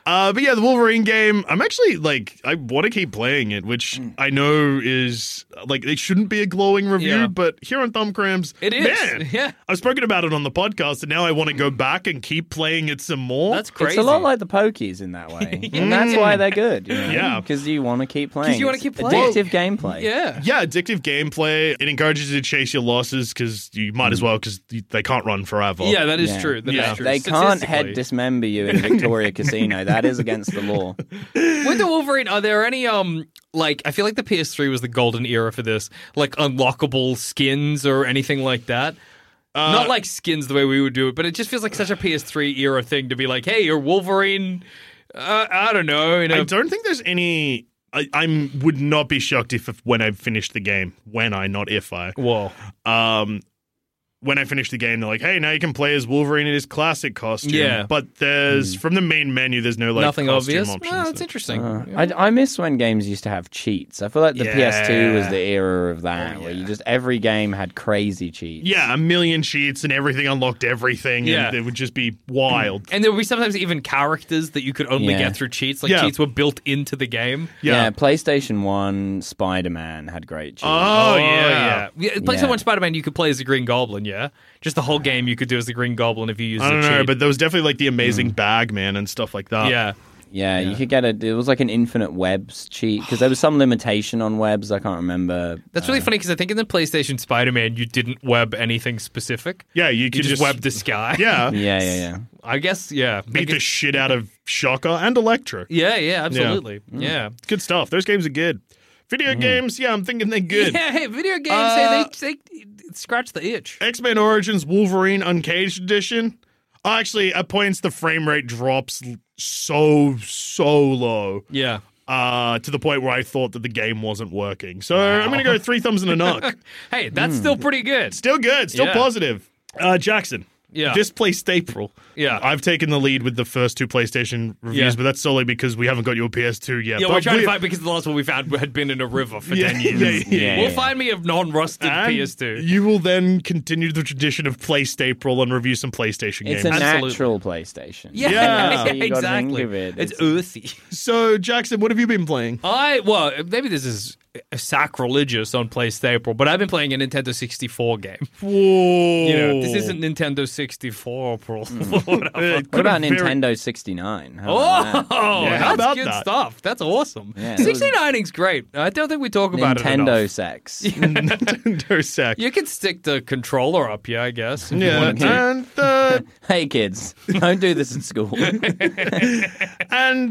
Uh, but yeah, the Wolverine game. I'm actually like, I want to keep playing it, which
Hmm.
I know is like it shouldn't be a glowing review,
Yeah.
but here on Thumbcrams,
It is.
Man,
[laughs] Yeah.
I've spoken about it on the podcast, and now I want to go back and keep playing it some more.
That's crazy.
It's a lot like the Pokies in
[laughs]
that way, and that's why they're good. You know?
Yeah.
because you want to keep playing.
'Cause you wanna
It's
keep playing.
Addictive gameplay.
yeah.
yeah, addictive gameplay. It encourages you to chase your losses because you might as well because they can't run forever.
Hmm. Yeah, that is
Yeah.
true. That is
Yeah.
true.
They can't head
Statistically.
dismember
[laughs]
you in Victoria Casino. That is against the law.
With the Wolverine, are there any um like I feel like the PS3 was the golden era for this, like unlockable skins or anything like that?
Uh,
Not like skins the way we would do it, but it just feels like such a PS3 era thing to be like, hey, you're Wolverine. Uh, I don't know. You know
I don't think there's any. I, I'm would not be shocked if, if when I finish the game, when I not if I.
Whoa.
um, when I finished the game, they're like, "Hey, now you can play as Wolverine in his classic costume."
Yeah.
but there's from the main menu, there's no like
Nothing
costume
obvious.
Options
Well, that's interesting.
Uh, I, I miss when games used to have cheats. I feel like the PS2 was
Yeah.
the era of
Oh,
that, where you just every game had crazy cheats.
yeah, a million sheets and everything unlocked everything.
Yeah.
and it would just be
[clears throat]
wild.
and there would be sometimes even characters that you could only
Yeah.
get through cheats. Like
Yeah.
cheats were built into the game.
Yeah.
PlayStation One, Spider Man had great cheats.
Uh,
oh, yeah,
yeah. Play so
Yeah.
much Spider-Man, you could play as the Green Goblin. Yeah, just the whole game you could do as the Green Goblin if you used
I don't
a
know,
cheat.
but there was definitely like the amazing bag man and stuff like that.
yeah,
yeah, you could get a. It was like an infinite webs cheat because there
[sighs]
was some limitation on webs. I can't remember.
That's
Uh.
really funny because I think in the PlayStation Spider Man, you didn't web anything specific.
yeah, you could
You just
just,
webbed the sky.
[laughs] yeah,
[laughs] Yeah, yeah, yeah.
[laughs] I guess, yeah. I
beat
guess-
the shit out of Shocker and Electra.
yeah, yeah, absolutely.
Mm.
Yeah.
Good stuff. Those games are good. Video games, yeah, I'm thinking they're
Hmm. Yeah,
good. Uh,
hey, video games, they, they, they scratch the itch.
X Men Origins Wolverine Uncaged Edition. Oh, actually, at points the frame rate drops l- so so low,
Yeah.
uh, to the point where I thought that the game wasn't working. So I'm gonna go three thumbs and a
[laughs]
knock.
Hey,
Mm.
that's still pretty good.
Still good, still
Yeah.
positive. Uh, Jackson.
Yeah.
This play staple.
Yeah.
I've taken the lead with the first two PlayStation reviews,
Yeah.
but that's solely because we haven't got your PS2 yet.
Yeah,
But
we're trying
we-
to find because the last one we found had been in a river
[laughs]
for
Yeah,
10 years.
yeah, yeah,
yeah.
We'll find me a non rusted
And
PS2.
You will then continue the tradition of play staple and review some PlayStation
It's
games.
a
Absolutely.
natural PlayStation.
Yeah,
[laughs] Yeah.
[laughs]
You gotta
exactly.
think of it.
It's,
It's-
earthy.
Uh, so, Jackson, what have you been playing?
I, well, maybe this is sacrilegious on PlayStation, but I've been playing a Nintendo 64 game. [laughs]
Whoa.
You know, this isn't Nintendo 64, bro.
Hmm.
[laughs]
[laughs]
Uh,
Whatever.
What about Nintendo 69? How
Oh, [laughs]
about that?
Yeah, how
that's
about
good
that?
stuff. That's awesome.
Yeah, it was-
69ing's great. I don't think we talk about it
Nintendo
enough. [laughs]
sex.
[laughs] Nintendo sack.
You can stick the controller up here, I guess. if you
Yeah,
wanted to.
and
[laughs]
the
[laughs] hey kids, don't do this in school.
and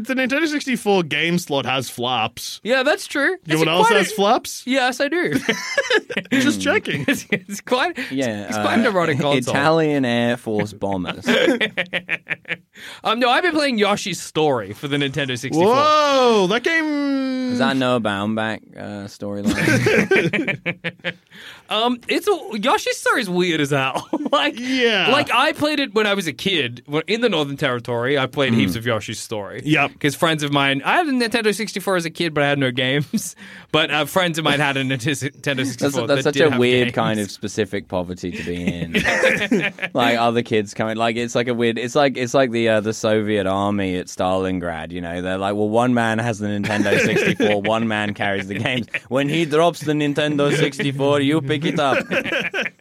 the Nintendo 64 game slot has flaps.
Yeah, that's true.
You know what else has flaps?
Yes, I do. Hmm.
Just
[laughs]
checking.
it's, it's quite,
yeah,
it's quite an
uh, [laughs]
erotic console.
Italian Air Force bombers.
Um, no, I've been playing Yoshi's Story for the Nintendo 64.
Whoa, that game.
Does that know about back
[laughs]
uh, storyline?
Um, it's a, Yoshi's Story is weird as hell. [laughs] like,
Yeah.
like I played it when I was a kid when- in the Northern Territory. I
Hmm.
played heaps of Yoshi's Story.
Yep.
because friends of mine, I had a Nintendo 64 as a kid, but I had no games. [laughs] but uh, friends of mine had a Nintendo 64.
[laughs] that's
that
that's such
did
a
have
weird
games.
kind of specific poverty to be
[laughs]
in. like other kids coming, like it's like a weird. It's like it's like the uh, the Soviet army at Stalingrad. You know, they're like, well, one man has the
[laughs]
Nintendo 64, one man carries the games. When he drops the Nintendo 64, you pick it up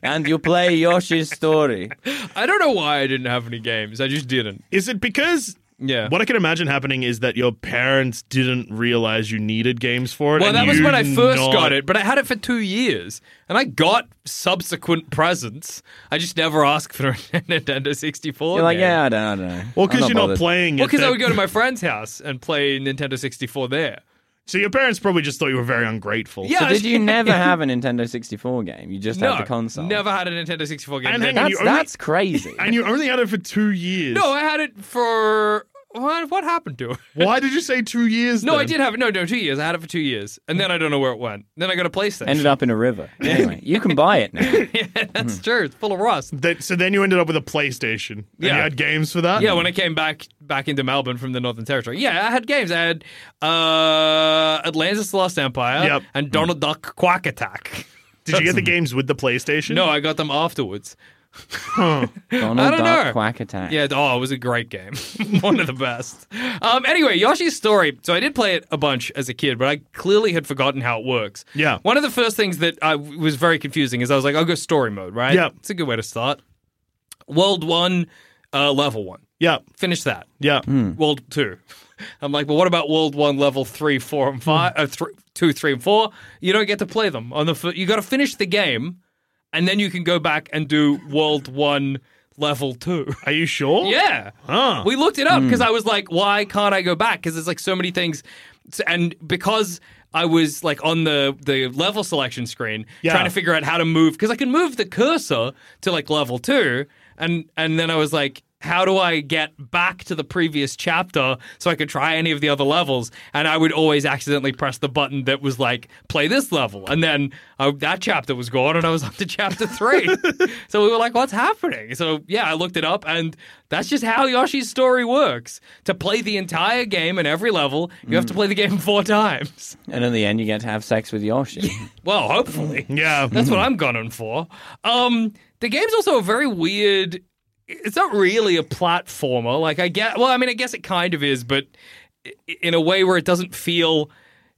and you play Yoshi's story.
[laughs] I don't know why I didn't have any games. I just didn't.
Is it because.
Yeah.
What I can imagine happening is that your parents didn't realize you needed games for it.
Well,
and
that was
you
when I first
not-
got it, but I had it for two years, and I got subsequent presents. I just never asked for a [laughs] Nintendo 64.
You're like,
game.
yeah, I don't, I don't know.
Well,
I'm
because you're not
bothered.
playing
Well,
it.
because I
then-
would go to my friend's house and play Nintendo 64 there.
so your parents probably just thought you were very ungrateful.
Yeah.
So did
[laughs]
you never have a Nintendo 64 game? You just
no,
had the console.
never had a Nintendo 64 game.
And hang on,
That's
you only-
that's crazy.
[laughs] And you only had it for two years.
no, I had it for what? What happened to it?
Why did you say two years?
No,
then?
I did have it. No, no, two years. I had it for two years, and then I don't know where it went. Then I got a PlayStation.
Ended up in a river. Anyway, you can buy it now.
[laughs] That's true. It's full of rust.
That, so then you ended up with a PlayStation. And
Yeah.
you had games for that.
Yeah, when I came back back into Melbourne from the Northern Territory, yeah, I had games. I had uh, Atlantis: The Lost Empire
Yep.
and Donald Duck Quack
[laughs]
Attack.
did
[laughs]
you get the games with the PlayStation?
No, I got them afterwards.
Donald
I don't
Duck
know.
Quack Attack.
Yeah, oh, it was a great game. [laughs] One of the best. Um, anyway, Yoshi's Story. So I did play it a bunch as a kid, but I clearly had forgotten how it works.
Yeah.
One of the first things that I was very confusing is I was like, I'll go story mode, right?
Yep.
It's a good way to start. World one, uh, level one.
Yeah.
Finish that.
Yeah.
World two. I'm like, but what about World One, Level Three, Four, and Five? Uh, thr two, three, and four. You don't get to play them on the. F- you got to finish the game, and then you can go back and do World One, Level Two.
Are you sure?
Yeah.
Oh. Huh.
We looked it up because I was like, why can't I go back? Because there's like so many things. S- And because I was like on the, the level selection screen
Yeah.
trying to figure out how to move, because I can move the cursor to like level two. And, and then I was like, how do I get back to the previous chapter so I could try any of the other levels? And I would always accidentally press the button that was like, play this level. And then uh, that chapter was gone and I was [laughs] up to
[laughs]
chapter three. so we were like, what's happening? So yeah, I looked it up and that's just how Yoshi's story works. To play the entire game and every level, you
Mm.
have to play the game four [laughs] times.
And in the end, you get to have sex with Yoshi.
Well, hopefully. [laughs]
Yeah. Mm-hmm.
That's what I'm gunning for. Um, the game's also a very weird. It's not really a platformer. Like I get. Well, I mean, I guess it kind of is, but i- in a way where it doesn't feel.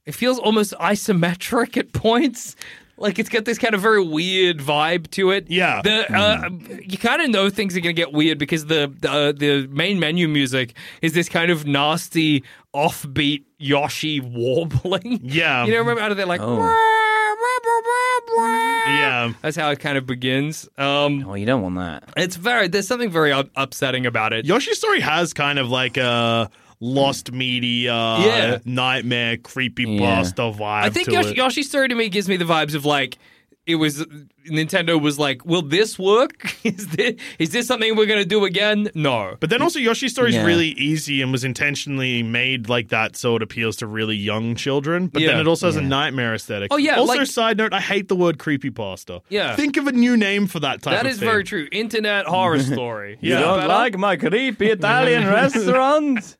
It feels almost isometric at points. Like it's got this kind of very weird vibe to it.
Yeah. Mm-hmm.
The, uh, you kind of know things are going to get weird because the the, uh, the main menu music is this kind of nasty offbeat Yoshi warbling.
Yeah.
[laughs] You know, remember out of there like.
Oh,
Yeah.
That's how it kind of begins. Um,
oh, you don't want that.
it's very there's something very up- upsetting about it.
Yoshi's Story has kind of like a lost media,
Yeah.
nightmare, creepy
Yeah.
pasta vibe.
I think
to
Yoshi,
it.
Yoshi's story to me gives me the vibes of like it was Nintendo was like, will this work? [laughs] is this is this something we're gonna do again? No.
But then also Yoshi's Story is
Yeah.
really easy and was intentionally made like that so it appeals to really young children. But then
Yeah.
it also has a nightmare aesthetic.
Oh, yeah,
Also,
like-
side note, I hate the word creepypasta.
Yeah.
Think of a new name for that type
That
of
is
thing.
very true. Internet
[laughs]
horror story.
Yeah. don't
my
[laughs]
creepy Italian restaurant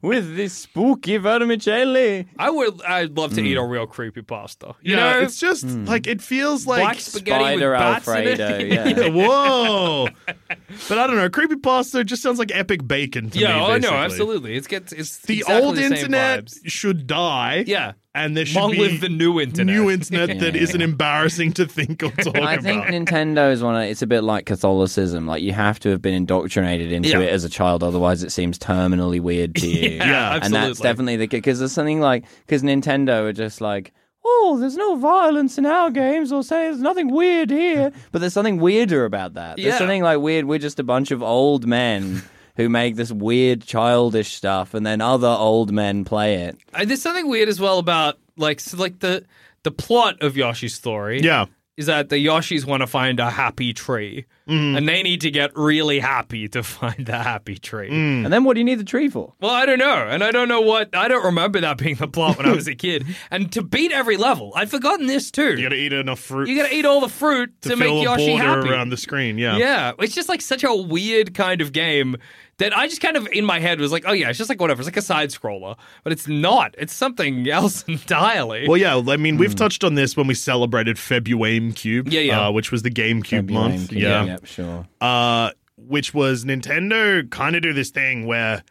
with this spooky vermicelli.
I would. I'd love to eat a real creepy pasta. You
Hmm. yeah,
know,
it's just
Hmm.
like it feels like
black spaghetti
Spider
with bats
Alfredo.
in it. [laughs]
[laughs]
Yeah.
Whoa. but I don't know. Creepypasta just sounds like epic bacon [laughs] to me.
yeah. Oh no,
basically.
absolutely. It's gets. It's
The
exactly
old
same
internet
vibes.
should die.
Yeah.
and there should
Long
be
live the new internet.
new internet that
[laughs] Yeah.
isn't embarrassing to think or talk
[laughs] I
about.
think Nintendo is one. Of, it's a bit like Catholicism. Like you have to have been indoctrinated into
Yeah.
it as a child, otherwise it seems terminally
[laughs]
weird to you.
Yeah,
and that's
absolutely.
definitely the because there's something like because Nintendo are just like. Oh, there's no violence in our games, or say there's nothing
[laughs]
weird here. But there's something weirder about that. There's
Yeah.
something like weird. We're just a bunch of
[laughs]
old men who make this weird, childish stuff, and then other old men play it.
Uh, there's something weird as well about like so like the the plot of Yoshi's story.
yeah.
is that the Yoshis want to find a happy tree,
Mm-hmm.
and they need to get really happy to [laughs] find the happy tree.
Mm.
And then what do you need the tree for?
Well, I don't know, and I don't know what I don't remember that being the plot when
[laughs]
I was a kid. And to beat every level, I'd forgotten this too.
You gotta eat enough fruit
You gotta eat all the fruit to,
to
make
fill a
Yoshi
border
happy.
around the screen. Yeah.
Yeah, it's just like such a weird kind of game that I just kind of in my head was like, oh yeah, it's just like whatever, it's like a side scroller, but it's not. It's something else [laughs] entirely.
Well, yeah. I mean,
Hmm.
we've touched on this when we celebrated Februame Cube,
Yeah, yeah.
uh, which was the GameCube
Maybe
month.
Lame King,
yeah.
yep, sure.
uh, which was Nintendo kind of do this thing where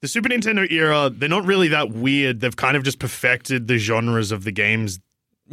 the Super Nintendo era, they're not really that weird. They've kind of just perfected the genres of the games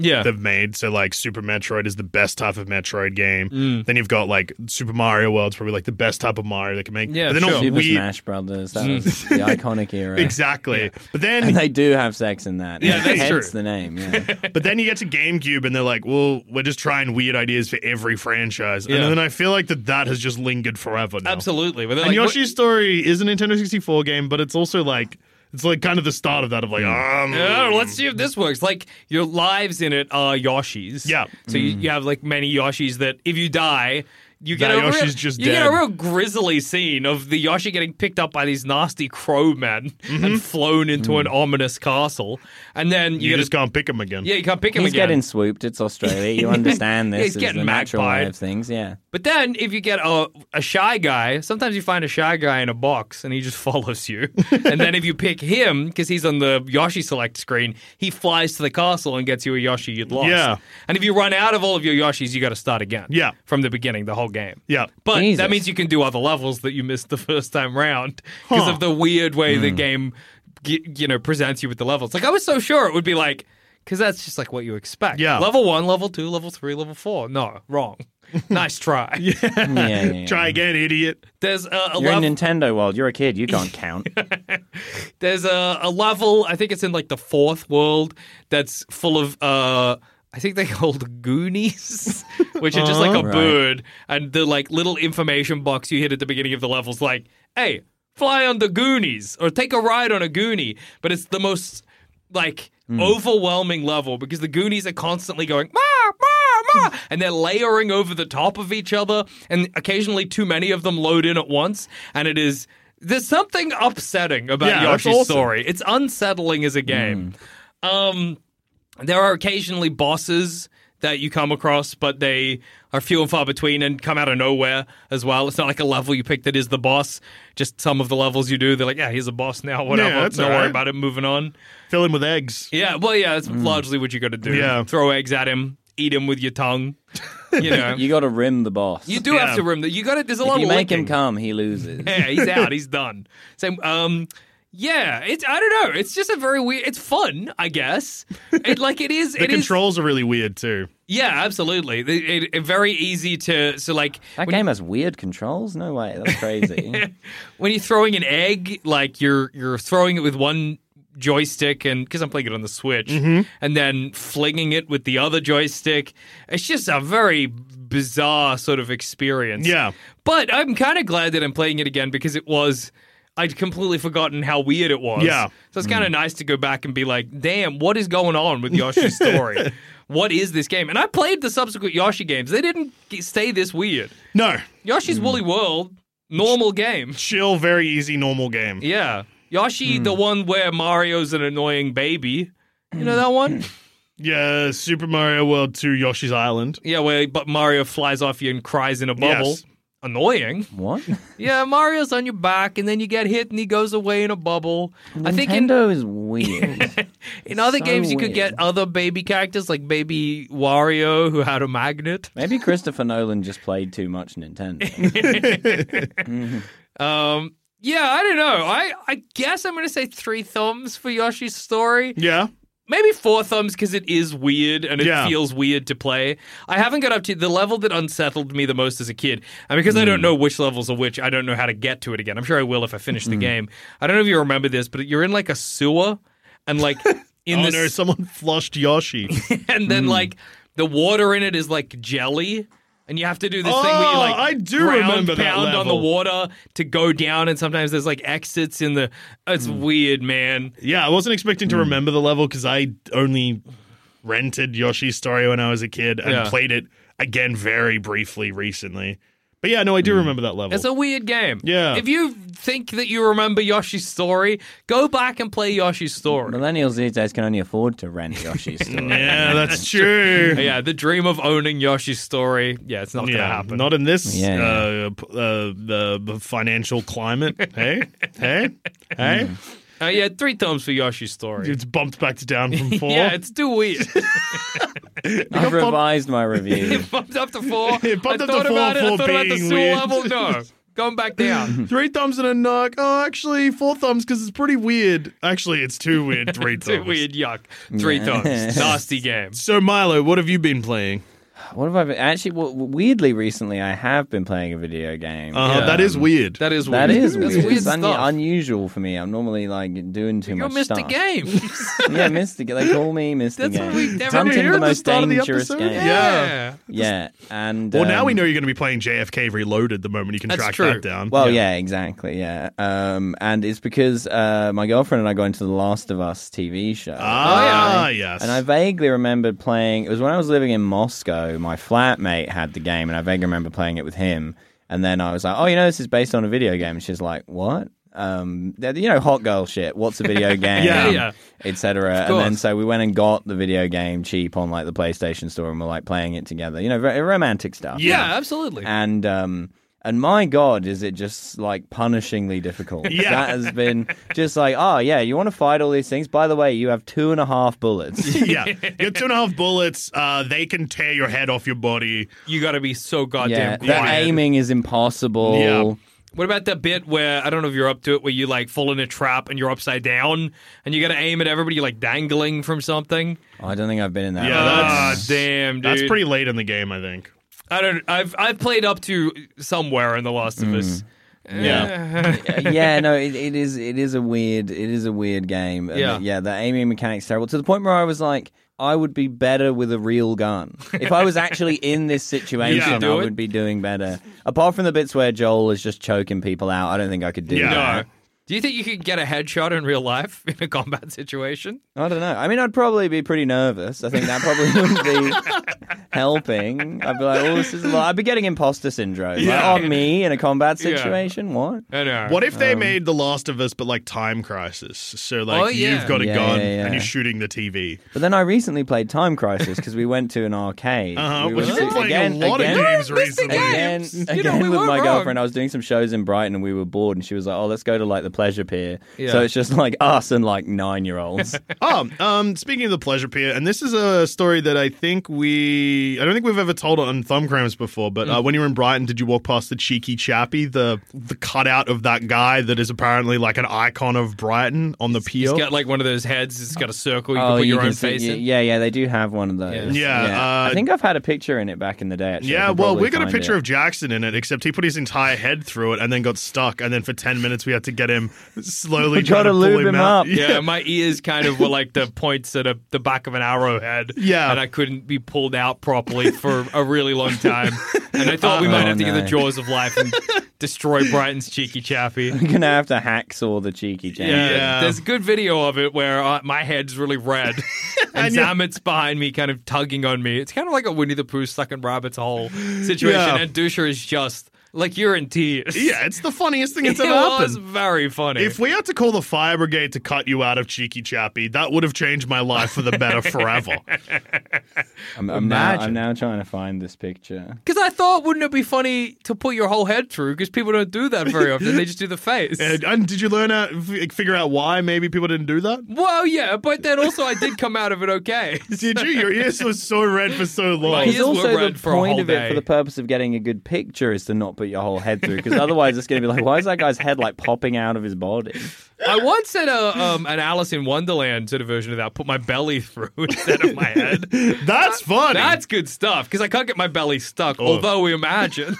yeah,
they've made. So, like, Super Metroid is the best type of Metroid game.
Hmm.
Then you've got, like, Super Mario World's probably, like, the best type of Mario they can make.
Yeah,
But they're
sure.
not
Super
weird.
Smash Brothers. That
[laughs]
was the iconic era.
Exactly. But
And
then
they do have sex in that.
Yeah, that's
Hence
true.
the
[laughs]
name. Yeah.
but then you get to GameCube and they're like, well, we're just trying weird ideas for every franchise. And
Yeah.
then I feel like that that has just lingered forever now.
absolutely. But they're
and
like,
Yoshi's Story is a Nintendo 64 game, but it's also like it's like kind of the start of that of like um
Hmm. Yeah, let's see if this works. Like your lives in it are Yoshis.
Yeah. Mm.
So you, you have like many Yoshis that if you die, you get
That
a real,
Yoshi's just
you get a
dead.
real grisly scene of the Yoshi getting picked up by these nasty crow men
Mm-hmm.
and flown into an ominous castle, and then you,
Mm. you,
get a-
just can't pick them again.
yeah you can't pick him
He's
again.
getting swooped. It's Australia. You understand this
[laughs] Yeah, he's
is
getting
the natural
magpied.
way of things.
[laughs]
Yeah.
But then if you get a, a shy guy, sometimes you find a shy guy in a box and he just [laughs] follows you. and then if you pick him, because he's on the Yoshi select screen, he flies to the castle and gets you a Yoshi you'd lost.
Yeah.
And if you run out of all of your Yoshis, you got to start again.
Yeah.
From the beginning, the whole game.
Yeah.
But
Jesus.
that means you can do other levels that you missed the first time round because
Huh.
of the weird way
Hmm.
the game, y- you know, presents you with the levels. Like I was so sure it would be like, because that's just like what you expect.
Yeah.
Level one, level two, level three, level four. No,
[laughs]
wrong. nice try.
Yeah. yeah, yeah.
Try again, idiot.
There's a, a
You're in
level.
Nintendo world. You're a kid. You
[laughs]
can't count.
there's a, a level. I think it's in like the fourth world that's full of. uh I think they [laughs] called Goonies, [laughs] which are just like a
Right.
bird, and the like little information box you hit at the beginning of the levels, like, "Hey, fly on the Goonies" or "Take a ride on a Goonie," but it's the most like overwhelming level because the Goonies are constantly going ma ma ma, and they're layering over the top of each other, and occasionally too many of them load in at once, and it is there's something upsetting about
Yeah, that's
Yoshi's
awesome. Hmm.
story. It's unsettling as a game. Um, there are occasionally bosses that you come across, but they are few and far between and come out of nowhere as well. It's not like a level you pick that is the boss. Just some of the levels you do, they're like, yeah, he's a boss now, whatever.
that's
Don't
all
worry
right.
about it, moving on.
Fill in with eggs.
Yeah, well, yeah, that's largely what you got to do.
Hmm. Yeah.
Throw eggs at him, eat him with
[laughs]
your tongue. You know,
You got to rim the boss.
you do
Yeah.
have to rim that. You got it. There's a lot
If you
of
make him
licking.
come,
[laughs]
he loses.
Yeah, he's out. He's done. So, um, yeah, it's I don't know. It's just a very weird. It's fun, I guess. It like it is.
The
it is-
controls are really weird too.
yeah, absolutely. It, it- it very easy to so like
That
when,
game has weird controls. No way. That's
[laughs]
crazy.
when you're throwing an egg, like you're you're throwing it with one joystick and because I'm playing it on the Switch,
Mm-hmm.
and then flinging it with the other joystick. It's just a very bizarre sort of experience.
Yeah.
But I'm kind of glad that I'm playing it again because it was. I'd completely forgotten how weird it was.
Yeah. Mm.
So it's kind of nice to go back and be like, damn, what is going on
[laughs]
with Yoshi's story? what is this game? And I played the subsequent Yoshi games. They didn't g- stay this weird.
No. Mm.
Yoshi's Woolly World, normal game.
Chill, very easy, normal game.
Yeah. Yoshi,
Hmm.
the one where Mario's an annoying baby. You know that
[clears throat]
one?
Yeah, Super Mario World 2 Yoshi's Island.
yeah, where but Mario flies off you and cries in a bubble.
Yes.
Annoying.
what?
Yeah, Mario's on your back and then you get hit and he goes away in a bubble. I think in
Nintendo
[laughs]
is weird.
In other
So
games, you could
weird.
get other baby characters like Baby Wario, who had a magnet.
Maybe Christopher Nolan just played too much Nintendo.
[laughs] Um, yeah, I don't know. I, I guess I'm going to say three thumbs for Yoshi's story.
Yeah.
maybe four thumbs because it is weird and it
Yeah.
feels weird to play. I haven't got up to the level that unsettled me the most as a kid, and because I
Hmm.
don't know which levels are which, I don't know how to get to it again. I'm sure I will if I finish
Hmm.
the game. I don't know if you remember this, but you're in like a sewer
[laughs]
and like in
oh
this
no, hmm. someone [laughs] flushed Yoshi.
[laughs] and then like the water in it is like jelly. And you have to do this thing where you
Oh,
like
I do
ground
remember that
pound on the
level.
water to go down, and sometimes there's like exits in the. It's
Hmm.
weird, man.
yeah, I wasn't expecting to
Hmm.
remember the level because I only rented Yoshi's Story when I was a kid and
Yeah.
played it again very briefly recently. But yeah, no,
Hmm.
I do remember that level.
It's a weird game.
Yeah.
If you think that you remember Yoshi's story, go back and play Yoshi's story.
Millennials these days can only afford to rent Yoshi's
[laughs]
store.
yeah, that's true.
[laughs] Yeah, the dream of owning Yoshi's story. Yeah, it's not gonna
Yeah,
happen.
not in this
Yeah,
uh, p- uh, the the financial
[laughs]
climate. hey, hey,
Hmm.
hey!
Uh, yeah, three thumbs for Yoshi's story.
It's bumped back to down from four.
[laughs] Yeah, it's too weird. [laughs]
I've
pub-
revised my review.
it
[laughs]
bumped up to four.
It bumped
I
up to
thought
four
about it. I
for
thought about the
being
sewer
weird. [laughs]
level. No, going back down.
three thumbs and a knock. Oh, actually, four thumbs because it's pretty weird. Actually, it's too
[laughs]
weird. Three
Too
thumbs.
weird, yuck. Three
[laughs]
thumbs. Nasty game.
So Milo, what have you been playing?
what have I been, actually? Well, weirdly, recently I have been playing a video game.
Uh,
Yeah. um,
That is weird.
That is weird.
That is
That's
weird. It's un-
stuff.
unusual for me. I'm normally like doing too
you
much
missed
stuff.
[laughs]
a game.
[laughs] yeah, missed the game. They call me Mr.
That's
Game.
what we- Did you
Hunting
hear at
the
the
most
start of the
dangerous
episode?
game.
Yeah.
yeah.
Yeah, and
well, now
um,
we know you're going to be playing JFK Reloaded the moment you can
That's
track
true.
that down.
Well, yeah, exactly, yeah, um, and it's because uh, my girlfriend and I got into the Last of Us TV show.
Ah, yes.
Oh, And uh, I vaguely remembered playing. It was when I was living in Moscow. My flatmate had the game, and I vaguely remember playing it with him. And then I was like, "Oh, you know, this is based on a video game." And she's like, "What?" Um, th- you know, hot girl shit. What's
[laughs]
a video game?
Yeah. Yeah.
etc. And
course.
then so we went and got the video game cheap on like the PlayStation store, and we're like playing it together. You know, very romantic stuff.
Yeah, absolutely.
And um and my god, is it just like punishingly
[laughs]
difficult?
Yeah.
That has been just like, oh yeah, you want to fight all these things. By the way, you have two and a
[laughs]
half bullets.
[laughs] yeah, you have two and a half bullets. Uh, they can tear your head off your body.
You got to be so
yeah,
goddamn
the
quiet.
aiming is impossible.
Yeah.
What about that bit where I don't know if you're up to it, where you like fall in a trap and you're upside down and you got to aim at everybody, you're like dangling from something?
I don't think I've been in that.
Yeah,
one.
Ah,
that's-
damn, dude.
That's pretty late in the game, I think.
I don't. I've I've played up to somewhere in The Last of
Mm.
Us.
Yeah.
[laughs] yeah, no, it, it is. It is a weird. It is a weird game. And
Yeah.
the- yeah. The aiming mechanics terrible to the point where I was like, I would be better with a real gun if I was actually in
[laughs]
this
You
situation.
should
I
do it.
would be doing better. Apart from the bits where Joel is just choking people out, I don't think I could do
Yeah.
that.
Do you think you could get a headshot in real life [laughs] in a combat situation?
I don't know. I mean, I'd probably be pretty nervous. I think that probably
[laughs]
wouldn't be helping. I'd be like, "Oh, this is a lot." I'd be getting imposter syndrome. Like,
Yeah.
on me in a combat
Yeah.
situation. What?
I know.
What if
Um,
they made The Last of Us, but like Time Crisis? So like
Oh, yeah.
you've got a
Yeah,
gun
yeah, yeah.
and you're shooting the TV.
But then I recently played Time Crisis because we went to an arcade.
Uh-huh.
We
Well,
went
you've been
to-
playing a lot
again,
of games recently.
Again,
games. You know,
again
we
with
were
my
wrong.
girlfriend, I was doing some shows in Brighton and we were bored, and she was like, "Oh, let's go to like the pleasure pier."
Yeah.
So it's just like us and like nine
[laughs]
year olds.
oh, um, speaking of the pleasure pier, and this is a story that I think we, I don't think we've ever told on Thumbcramps before, but uh, when you were in Brighton, did you walk past the cheeky chappy, the the cutout of that guy that is apparently like an icon of Brighton on the pier?
It's got like one of those heads. It's got a circle. You
Oh,
can put
you
your
can
own
see-
face
y-
in.
Yeah, yeah, they do have one of those.
Yeah, uh,
I think I've had a picture in it back in the day. Actually. I
yeah,
could
well,
probably
we got a
find
picture
it.
of
[laughs]
Jackson in it, except he put his entire head through it and then got stuck. And then for 10 minutes, we had to get him slowly
We
trying
gotta
to pull
lube
him,
him
out. [laughs]
up.
Yeah, my ears kind of were like the points at a, the back of an arrowhead.
Yeah.
And I couldn't be pulled out properly for a really long time. And I thought we might
Oh,
have to get
no.
the jaws of life and destroy Brighton's cheeky
[laughs]
chappy.
We're gonna have to hacksaw the cheeky jack.
Yeah,
Yeah.
there's a good video of it where uh, my head's
[laughs]
really red and,
And you-
Zamet's behind me, kind of tugging on me. It's kind of like a Winnie the Pooh stuck in rabbit's hole situation,
Yeah.
and Dusha is just like you're in tears. [laughs]
Yeah, it's the funniest thing that's
it
ever
was
happened.
very funny.
If we had to call the fire brigade to cut you out of Cheeky Chappy, that would have changed my life for the better forever.
I'm, I'm now, I'm
Imagine.
now trying to find this picture.
because I thought, wouldn't it be funny to put your whole head through? Because people don't do that very often; they just do the
[laughs]
face.
and, and did you learn out, f- figure out why maybe people didn't do that?
well, yeah, but then also I did come out of
[laughs]
it okay.
Did you? Your ears were so red for so long.
My ears
Because
were
also
red
the
for a
point
whole
of it
day.
for the purpose of getting a good picture is to not put your whole head through because otherwise it's going to be like, why is that guy's head like popping out of his body?
I once had a um, an Alice in Wonderland sort of version of that. Put my belly through [laughs] instead of my head.
That's funny.
That's good stuff because I can't get my belly stuck.
Oh.
Although we imagine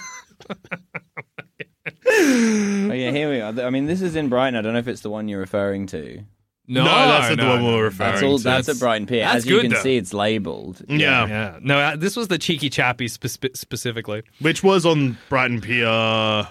Oh, yeah, here we are. I mean, this is in Brighton. I don't know if it's the one you're referring to.
[laughs] no, that's not the one
no.
we're referring
That's all.
to.
That's,
that's-
at Brighton Pier.
that's
As you
good,
can
though. Mm.
see, it's labelled.
yeah.
Yeah, no, uh, this was the cheeky chappy spe- specifically.
which was on Brighton Pier, I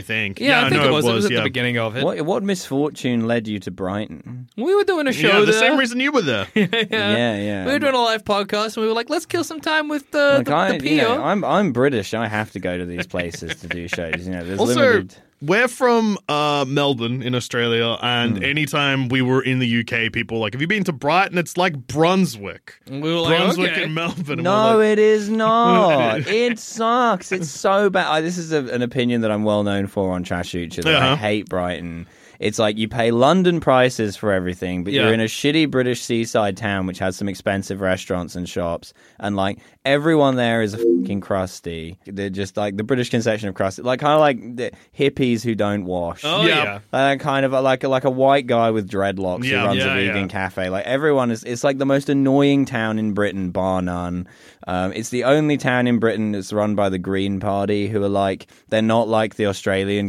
think.
Yeah, I think
no,
it was. It was at
yeah.
the beginning of it.
What what misfortune led you to Brighton?
We were doing a
Yeah,
show
the
there.
same reason you were there.
Uh,
Yeah, yeah.
We were doing a live podcast, and we were like, "Let's kill some time with the,
Like,
the,
I,
the
you know,
PO."
I'm I'm British. I have to go to these places to do shows. You know, there's
also,
limited.
we're from uh, Melbourne in Australia, and anytime we were in the UK, people were like, "Have you been to Brighton? It's like Brunswick,
And we were Mm, like,
Brunswick
okay.
and Melbourne." and we're
No,
like, [laughs]
it is not. it sucks. It's so bad. I, this is a, an opinion that I'm well known for on Trash Future. That
Uh-huh.
I hate Brighton. It's like you pay London prices for everything, but
Yeah.
you're in a shitty British seaside town which has some expensive restaurants and shops, and like everyone there is a fucking crusty. They're just like the British conception of crusty, like kind of like the hippies who don't wash.
oh
Yeah.
yeah.
Like that kind of like like a white guy with dreadlocks
Yeah,
who runs
yeah,
a vegan
yeah.
cafe. Like everyone is, it's like the most annoying town in Britain, bar none. Um, it's the only town in Britain that's run by the Green Party, who are like they're not like the Australian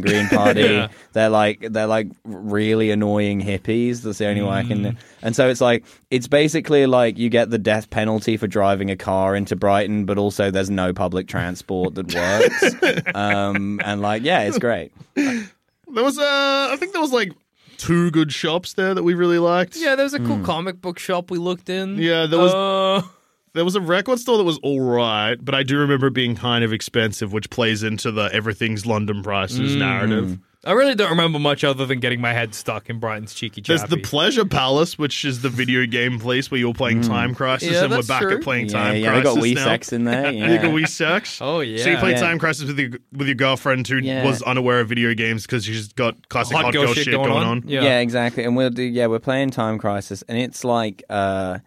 [laughs]
Green Party.
Yeah.
They're like they're like really annoying hippies. That's the only way I
Mm.
can. And so it's like it's basically like you get the death penalty for driving a car into Brighton, but also there's no public transport that
[laughs]
works. um, and like yeah, it's great.
There was, uh, I think there was like two good shops there that we really liked.
Yeah, there was a cool comic book shop we looked in.
Hmm. Yeah, there was-
Uh,
There was a record store that was all right, but I do remember it being kind of expensive, which plays into the everything's London prices narrative.
I really don't remember much other than getting my head stuck in Brighton's cheeky
There's
chappy.
the Pleasure Palace, which is the video game place where you're playing Time Crisis,
Yeah,
and we're
that's
back
true.
at playing
Yeah,
Time
yeah, they
Crisis
got wee
now.
sex in there. Yeah.
You got Wii Sex.
Oh,
So you
yeah.
played
Yeah.
Time Crisis with your with your girlfriend who
Yeah.
was unaware of video games because she's got classic hot, girl, shit going, on.
yeah. exactly. And we'll do. Yeah, we're playing Time Crisis, and it's like, uh,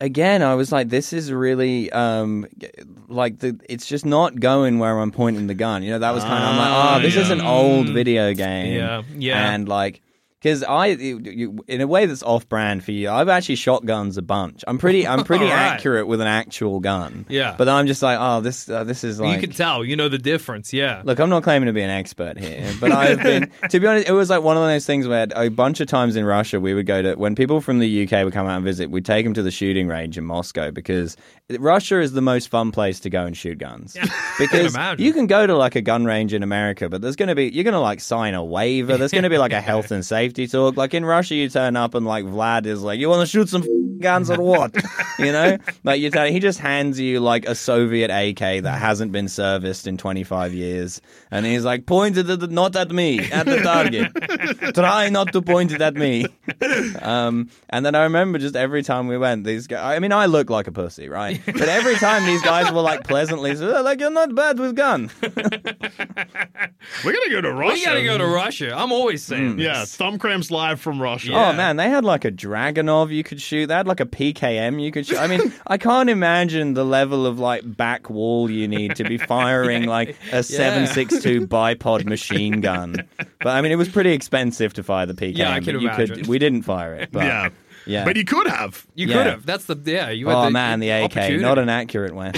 again, I was like, this is really um, g- like the. It's just not going where I'm pointing the gun. You know, that was kind of. I'm like, oh, this is an old video game.
Yeah, yeah.
And like. Because I, you- you- in a way that's off-brand for you, I've actually shotguns a bunch. I'm pretty, I'm pretty
All right.
accurate with an actual gun.
Yeah.
But I'm just like, oh, this, uh, this is like
you can tell. You know the difference. Yeah.
Look, I'm not claiming to be an expert here, but I've been, to be honest, it was like one of those things where a bunch of times in Russia, we would go to, when people from the UK would come out and visit, we'd take them to the shooting range in Moscow because Russia is the most fun place to go and shoot guns. because
imagine.
you can go to like a gun range in America, but there's going to be, you're going to like sign a waiver. There's going to be like a health and safety talk. Like in Russia, you turn up and like Vlad is like, you want to shoot some f***ing guns or what? You know? Like you tell, he just hands you like a Soviet AK that hasn't been serviced in 25 years. And he's like, point it at, not at me, at the target. Try not to point it at me. Um, and then I remember just every time we went, these guys. I mean, I look like a pussy, right?
[laughs]
But every time these guys were like pleasantly, so, like you're not bad with gun.
We're gonna go to Russia.
We gotta go to Russia. I'm always saying. this.
Hmm. Yeah, Thumb Cramps live from Russia.
Oh man, they had like a Dragonov you could shoot. They had like a PKM you could shoot.
[laughs]
I mean, I can't imagine the level of like back wall you
[laughs]
need to be firing like a seven six two bipod machine gun. But I mean, it was pretty expensive to fire the PKM.
Yeah, I can
but you
imagine.
could. We didn't fire it. But,
yeah,
yeah.
But you could have.
You
Yeah.
could have. That's the yeah. You had
Oh
the,
man, the AK,
opportunity.
not an
[laughs]
accurate one.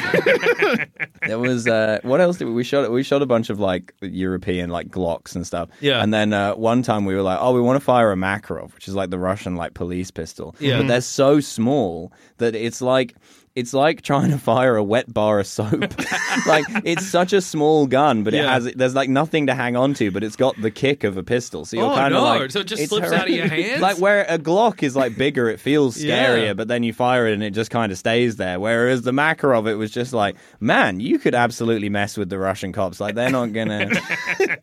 there was uh, what else did we, we shot? We shot a bunch of like European like Glocks and stuff.
Yeah.
And then uh, one time we were like, oh, we want to fire a Makarov, which is like the Russian like police pistol.
Yeah. Mm-hmm.
But they're so small that it's like. It's like trying to fire a wet bar of soap. [laughs] like it's such a small gun, but it
Yeah.
has there's like nothing to hang on to, but it's got the kick of a pistol. So you're
Oh,
kind of
no,
like
so it just
it's
slips out of your
horrendous.
hands?
[laughs] like where a Glock is like bigger, it feels
Yeah.
scarier, but then you fire it and it just kind of stays there. Whereas the Makarov, it was just like, man, you could absolutely mess with the Russian cops. Like they're not gonna.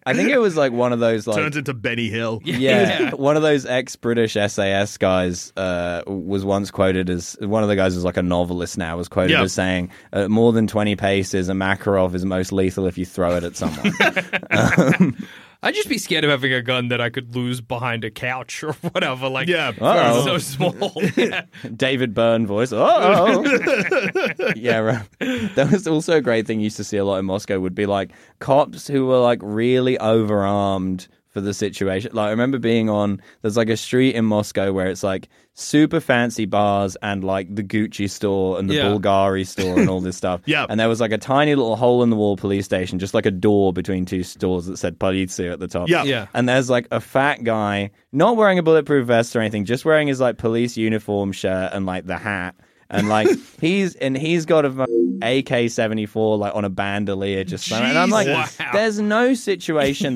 I think it was like one of those like.
Turns into Benny Hill.
[laughs] yeah, one of those ex-British SAS guys uh, was once quoted as one of the guys who's like a novelist now was quoted
Yeah.
as saying, uh, "More than twenty paces, a Makarov is most lethal if you throw it at someone."
I'd just be scared of having a gun that I could lose behind a couch [laughs] or whatever. Like, [laughs]
Yeah.
it's so small. [laughs] Yeah.
David Byrne voice. Oh, yeah. Right. That was also a great thing. You used to see a lot in Moscow. Would be like cops who were like really overarmed for the situation. Like I remember being on. There's like a street in Moscow where it's like super fancy bars and like the Gucci store and the
Yeah.
Bulgari store and all this stuff.
Yeah.
And there was like a tiny little hole in the wall police station, just like a door between two stores that said Polizia at the top.
Yeah.
Yeah.
And there's like a fat guy, not wearing a bulletproof vest or anything, just wearing his like police uniform shirt and like the hat. And like he's and he's got a AK seventy four like on a bandolier just so and I'm like
Jesus. Wow.
there's no situation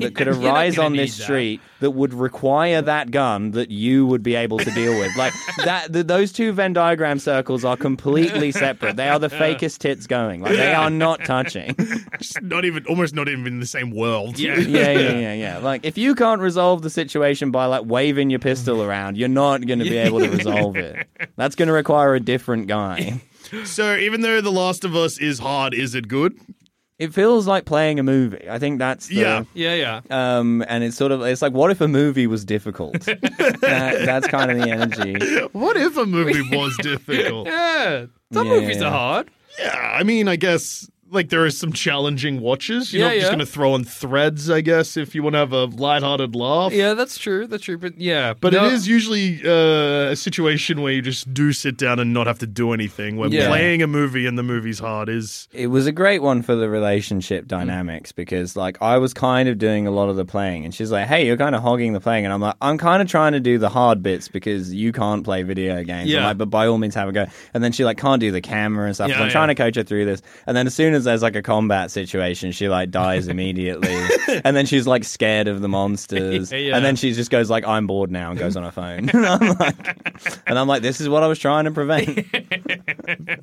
[laughs]
that could
You're not
arise
gonna
on
need
this
that.
street that would require that gun that you would be able to deal with.
[laughs]
Like that th- those two Venn diagram circles are completely separate. They
[laughs]
are the fakest tits going. Like they are not touching.
[laughs] Just not even, almost not even in the same world.
Yeah.
yeah, yeah, yeah, yeah. Like if you can't resolve the situation by like waving your pistol around, you're not going to be able to resolve it. That's going to require a different guy.
So even though The Last of Us is hard, is it good?
It feels like playing a movie. I think that's the,
Yeah.
yeah, yeah.
Um, and it's sort of it's like what if a movie was difficult? that, that's kind of the energy.
What if a movie was difficult?
Yeah. Some
Yeah,
movies
yeah.
are hard.
Yeah, I mean, I guess like there is some challenging watches. You're
Yeah,
not just
yeah.
going to throw in threads, I guess, if you want to have a lighthearted laugh.
Yeah, that's true. That's true. But yeah.
But
No,
it is usually uh, a situation where you just do sit down and not have to do anything. Where
Yeah.
playing a movie and the movie's hard is
It was a great one for the relationship dynamics because like I was kind of doing a lot of the playing, and she's like, "Hey, you're kind of hogging the playing," and I'm like, "I'm kind of trying to do the hard bits because you can't play video games." I'm
Yeah.
like, but by all means, have a go. And then she like can't do the camera and stuff.
Yeah,
so I'm
yeah.
trying to coach her through this, and then as soon as there's like a combat situation, she like dies immediately,
[laughs]
and then she's like scared of the monsters,
Yeah, yeah.
and then she just goes like, "I'm bored now," and goes on her phone, [laughs] and I'm like, and I'm like, "This is what I was trying to prevent."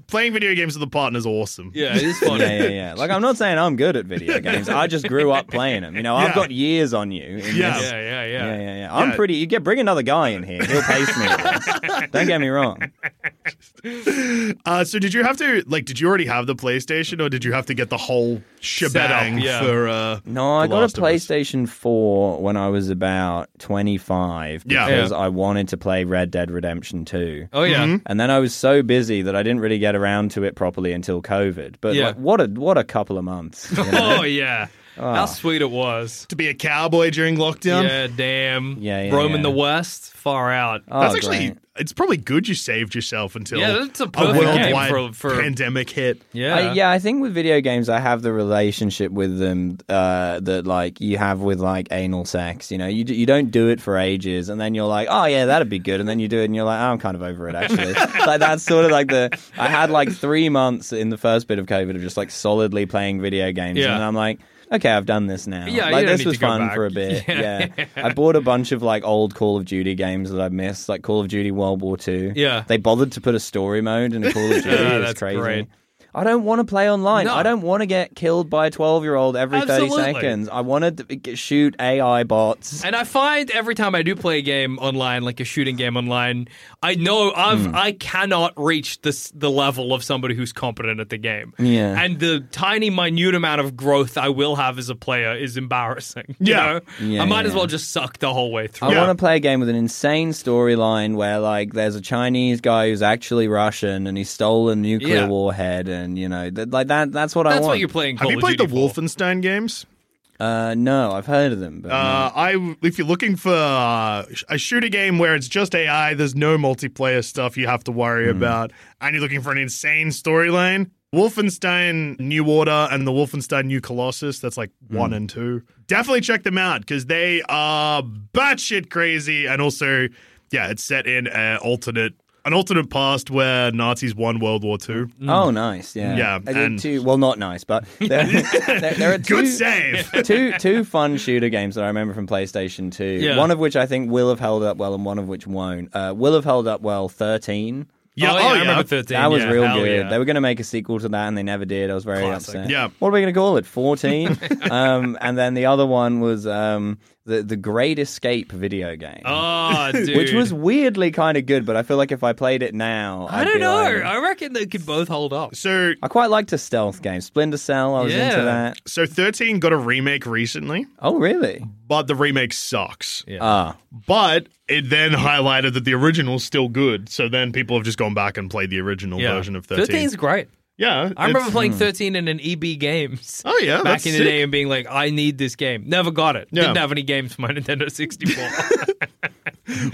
playing video games with a partner is awesome.
Yeah, it is [laughs] funny.
yeah, yeah, yeah. Like I'm not saying I'm good at video games. I just grew up playing them. You know, I've
Yeah.
got years on you. in this.
Yeah.
yeah, yeah, yeah.
yeah, yeah, yeah. I'm
Yeah.
pretty. You get bring another guy in here. He'll pace me. with this.
[laughs]
Don't get me wrong.
Uh, so did you have to like? Did you already have the PlayStation, or did you have to get the whole shebang
yeah.
for? Uh,
No, I
The
got
Last
a
of Us?
PlayStation 4 when I was about 25
Yeah.
because
Yeah.
I wanted to play Red Dead Redemption 2.
Oh yeah.
Mm-hmm.
And then I was so busy that I didn't really get around to it properly until COVID. But
Yeah.
like, what a what a couple of months.
[laughs]
you know?
Oh yeah.
Ah.
How sweet it was.
to be a cowboy during lockdown.
Yeah, damn.
Yeah, yeah,
Roaming
yeah.
the West, far out.
Oh,
That's actually
great.
it's probably good you saved yourself until
Yeah, that's a perfect game
worldwide
for- for-
pandemic hit.
yeah.
I, yeah, I think with video games, I have the relationship with them uh, that like you have with like anal sex. You know, you d- you don't do it for ages, and then you're like, oh yeah, that'd be good, and then you do it, and you're like, oh, I'm kind of over
[laughs]
it actually. like that's sort of like the I had like three months in the first bit of COVID of just like solidly playing video games,
Yeah.
and then I'm like. Okay, I've done this now.
Yeah, you
like
don't
this
need
was
to go
fun
back.
for
[laughs]
a bit. Yeah. I bought a bunch of like old Call of Duty games that I missed, like Call of Duty World War Two.
Yeah.
they bothered to put a story mode in a Call
[laughs]
of Duty.
Yeah,
It's
that's
crazy.
great.
I don't want to play online.
No.
I don't want to get killed by a 12 year old every
Absolutely.
30 seconds. I want to d- g- shoot AI bots.
And I find every time I do play a game online, like a shooting game online, I know I've
Hmm.
I cannot reach this the level of somebody who's competent at the game.
Yeah.
And the tiny minute amount of growth I will have as a player is embarrassing. [laughs] you
Yeah.
know?
Yeah,
I might as
yeah.
well just suck the whole way through.
I want to play a game with an insane storyline where, like, there's a Chinese guy who's actually Russian and he stole a nuclear
Yeah.
warhead, and you know, th- like that. That's what I
That's
want.
what you're playing. Call
Have you
of
played the
Duty for.
Wolfenstein games?
uh, no, I've heard of them. But
Uh, I if you're looking for uh, sh- a shooter game where it's just AI, there's no multiplayer stuff you have to worry about, and you're looking for an insane storyline. Wolfenstein New Order and the Wolfenstein New Colossus, that's like one and two. Definitely check them out because they are batshit crazy. And also, yeah, it's set in an alternate, an alternate past where Nazis won World War II.
mm.
oh, nice. Yeah.
Yeah,
I did
and-
two, well, not
[laughs]
nice, but [laughs] there, there, there are two,
Good save.
two two fun shooter games that I remember from PlayStation 2.
Yeah.
One of which I think will have held up well, and one of which won't. Uh, will have held up well. Thirteen.
Yeah,
oh, yeah, I remember 13.
That was
yeah,
real
hell
good.
yeah.
They were going to make a sequel to that, and they never did. I was very
Classic.
upset.
Yeah.
What are we going to call
[laughs]
it? Fourteen. um, and then the other one was um, the the Great Escape video game,
Oh, dude.
[laughs] which was weirdly kind of good. But I feel like if I played it now,
I
I'd
don't
be
know.
like-
I reckon they could both hold up.
So
I quite liked a stealth game, Splinter Cell. I was
Yeah.
into that.
so 13 got a remake recently,
Oh, really?
but the remake sucks.
Ah,
But it then highlighted that the original's still good. So then people have just gone back and played the original version of 13.
13's great.
yeah.
I
it's-
remember
hmm.
playing 13 in an EB Games.
Oh yeah,
Back
that's
in the
sick.
day, and being like, I need this game. Never got it.
Yeah.
Didn't have any games for my [laughs]
[laughs]
Nintendo 64.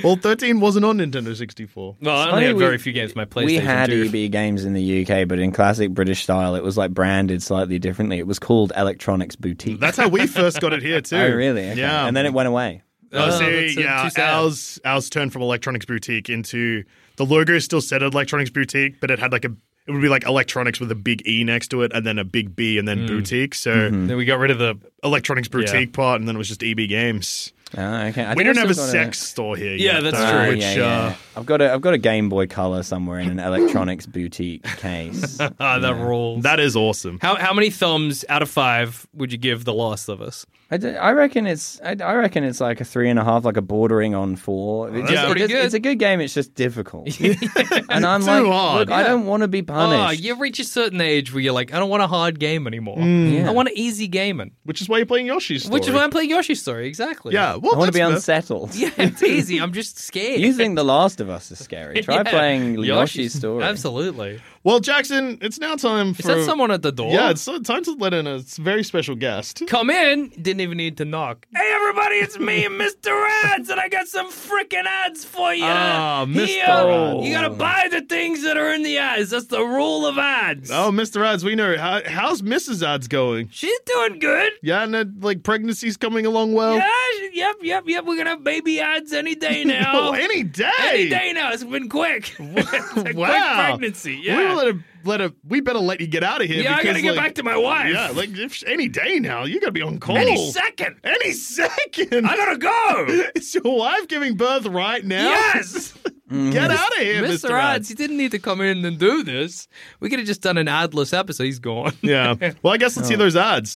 Well, 13 wasn't on Nintendo 64.
well, I only
funny
had
we-
very few games. for My PlayStation.
we had E
2.
EB games in the UK, but in classic British style, it was like branded slightly differently. It was called Electronics Boutique.
That's how we first got it here too.
[laughs] oh, really? Okay.
Yeah.
And then it went away.
Oh,
Oh,
see,
that's, uh,
yeah,
too sad.
ours ours turned from Electronics Boutique into the logo still said Electronics Boutique, but it had like a it would be like electronics with a big E next to it, and then a big B, and then boutique. So
Mm-hmm.
Then we got Mm. rid of the.
electronics boutique part, and then it was just EB Games.
Ah, okay. I
we don't
think I've
have a
still got
sex store here.
Yeah,
yet,
that's
though,
true.
Ah,
Which,
yeah, yeah.
Uh,
I've got a I've got a Game Boy Color somewhere in an electronics boutique case.
Ah, that rules.
that is awesome.
How how many thumbs out of five would you give The Last of Us?
I, d- I reckon it's I, I reckon it's like a three and a half, like a bordering on four. It just-
that's
it
pretty
just-
good.
It's a good game. It's just difficult, and I'm
Too
like,
hard.
look, I don't want to be
Ah,
punished.
you reach a certain age where you're like, I don't want a hard game anymore. I want an easy gaming,
Which is why you're playing Yoshi's Hmm. story.
which is why I'm playing Yoshi's Story. Exactly.
yeah, well,
I want
that's
to be
fair.
[laughs]
unsettled.
Yeah, it's easy. I'm just scared.
You think The Last of Us is scary? Try
Yeah.
playing Yoshi's story.
Absolutely.
Well, Jackson, it's now time for
Is that someone at the door?
Yeah, it's uh, time to let in a very special
[laughs]
guest.
Come in. Didn't even need to knock. Hey, everybody, it's me, [laughs] Mr. Ads, and I got some freaking ads for you.
Ah, Mr.
Here,
Ads.
You gotta buy the things that are in the ads. That's the rule of ads.
Oh, Mr. Odds, we know. How, how's Mrs. Odds going?
She's doing good.
Yeah, and uh, like pregnancy's coming along well. [laughs]
Yeah, she- yep, yep, yep. We're gonna have baby ads any day now.
Oh, any day.
Any day now. It's been quick. [laughs] It's
[laughs]
a quick
Wow.
pregnancy. Yeah.
We will let a, let a, we better let you get out of here.
yeah, I
because,
gotta get
like-
back to my wife.
Yeah, like if, any day now, you gotta be on call.
any second.
Any second.
I gotta [laughs] go.
[laughs] Is your wife giving birth right now?
yes.
[laughs]
Mm.
Get out of here,
Mr.
Mr.
Odds,
Odds.
you didn't need to come in and do this. We could have just done an adless episode. He's [laughs] gone.
Yeah. Well, I guess let's see
Oh.
those odds.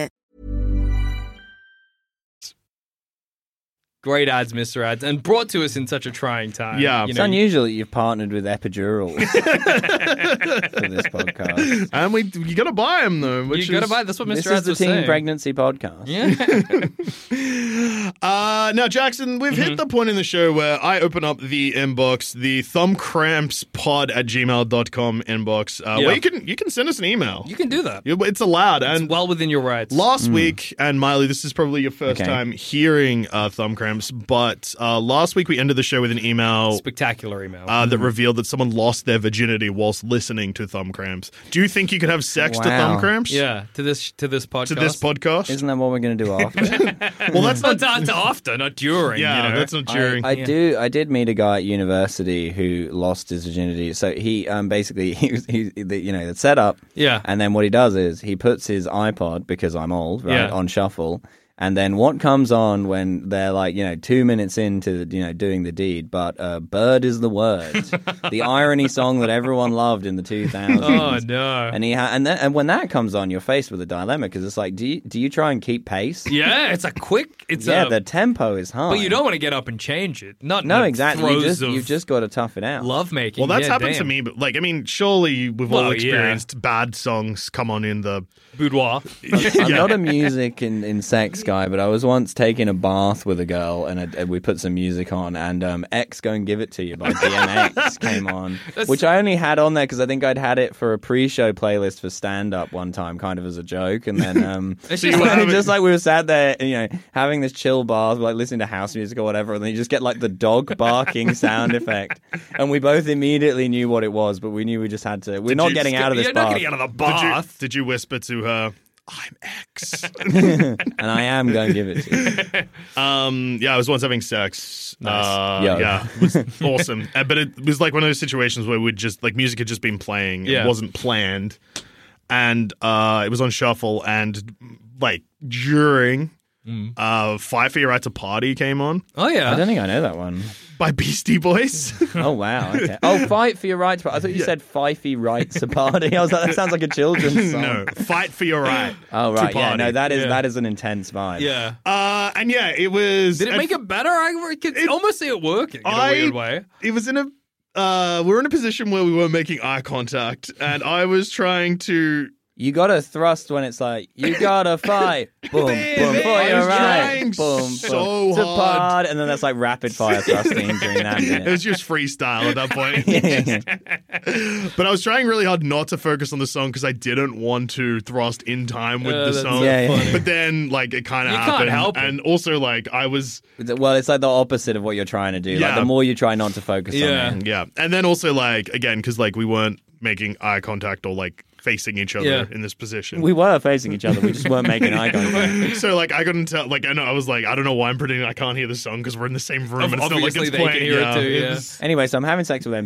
Great ads, Mr. Ads, and brought to us in such a trying time.
Yeah.
You
It's
know,
unusual that you've partnered
[laughs]
with epidurals for this podcast.
And we you gotta buy them though.
you
Which
gotta
is-
buy. That's what Mr.
This
Ads
is the
was
Teen
saying.
Pregnancy Podcast.
Yeah.
[laughs] Uh, now, Jackson, we've
Mm-hmm.
hit the point in the show where I open up the inbox, the thumbcrampspod at gmail.com inbox, uh,
Yeah.
where you can, you can send us an email.
[laughs] you can do [laughs] that.
You- It's allowed.
It's
and
well within your rights.
last week, and Miley, this is probably your first
Okay.
time hearing uh, Thumb Cramps, but uh, last week we ended the show with an email.
Spectacular email.
uh, that revealed that someone lost their virginity whilst listening to Thumb Cramps. Do you think you could have sex to
Wow.
Thumb Cramps?
yeah. To this to this podcast.
To this podcast?
Isn't that what we're going to do after?
well, that's
[laughs] Not,
not.
not after, not during.
Yeah,
you know?
that's not
I,
during.
I do. I did meet a guy at university who lost his virginity. So he um, basically [laughs] he was he, the, you know the setup.
Yeah.
And then what he does is he puts his iPod because I'm old, right,
Yeah.
on shuffle. And then what comes on when they're like you know two minutes into you know doing the deed, but uh, "Bird is
[laughs]
the word," the irony song that everyone loved in the 2000s.
[laughs] Oh no.
And he ha- and then and when that comes on, you're faced with a dilemma because it's like, do you, do you try and keep pace?
Yeah, it's a quick. It's
Yeah,
a,
the tempo is high.
but you don't want to get up and change it. Not in
No,
the
exactly. You
Throes
just
of
you've just got to tough it [laughs] out.
love making.
Well, that's
yeah,
happened to
damn.
me, but like, I mean, surely we've all
Well, yeah.
experienced bad songs come on in the.
[laughs] Boudoir.
I'm not a music and, and sex guy, but I was once taking a bath with a girl, and, I, and we put some music on, and um, "X Go and Give It to You"
[laughs]
by DMX came on, which I only had on there because I think I'd had it for a pre-show playlist for stand-up one time, kind of as a joke,
[laughs]
and then um,
It's
[laughs] just,
just like-
like, just like we were sat there, you know, having this chill bath, like listening to house music or whatever, and then you just get like
[laughs]
the dog barking sound effect, and we both immediately knew what it was, but we knew we just had to. We're not
you
getting
just
out of this
You're
bath.
not getting out of the
Did you,
bath.
did you whisper to her, I'm X?
and I am going to give it to you.
um, yeah, I was once having sex. Uh,
Yo.
Yeah, it was awesome. Uh, but it was like one of those situations where we'd just, like, music had just been playing.
Yeah.
It wasn't planned. And uh, it was on shuffle. And, like, during uh, Fight for Your Right to Party came on
Oh yeah.
[laughs] I don't think I know that one.
by Beastie Boys. [laughs]
Oh wow! Okay. Oh, fight for your rights. I thought you said "fifey rights a party." I was like, that sounds like a children's
[laughs]
song.
no, Fight for Your Right.
Oh right,
to
yeah.
party.
No, that is
Yeah.
that is an intense vibe.
yeah.
Uh, and yeah, it was.
Did it
at
make it better? I could almost see it working in
I-
a weird way.
it was in a uh, we were in a position where we were making eye contact, and I was trying to.
You gotta thrust when it's like you
[laughs]
gotta fight. boom, boom,
man,
for
I
your
was
right.
trying
Boom, boom.
so
to
hard.
pod, and then that's like rapid fire thrusting during
[laughs]
that
It
minute.
was just freestyle at that
[laughs]
point, but I was trying really hard not to focus on the song because I didn't want to thrust in time with
Uh,
the
that's
song.
so Yeah, yeah. funny.
But then, like, it kind of
You can't
happened,
help it.
and also, like, I was
[laughs] well, it's like the opposite of what you're trying to do. Like
Yeah.
the more you try not to focus
Yeah.
on it.
yeah, and then also like again because like we weren't making eye contact or like facing each other
Yeah.
in this position.
We were facing each other. We just weren't
[laughs]
making eye contact.
so like I couldn't tell. Like I know I was like I don't know why I'm pretending I can't hear the song because we're in the same room. and it's not like
Obviously
it's
they
playing.
can hear
yeah,
it too. Yeah.
was-
Anyway, so I'm having sex with
[laughs]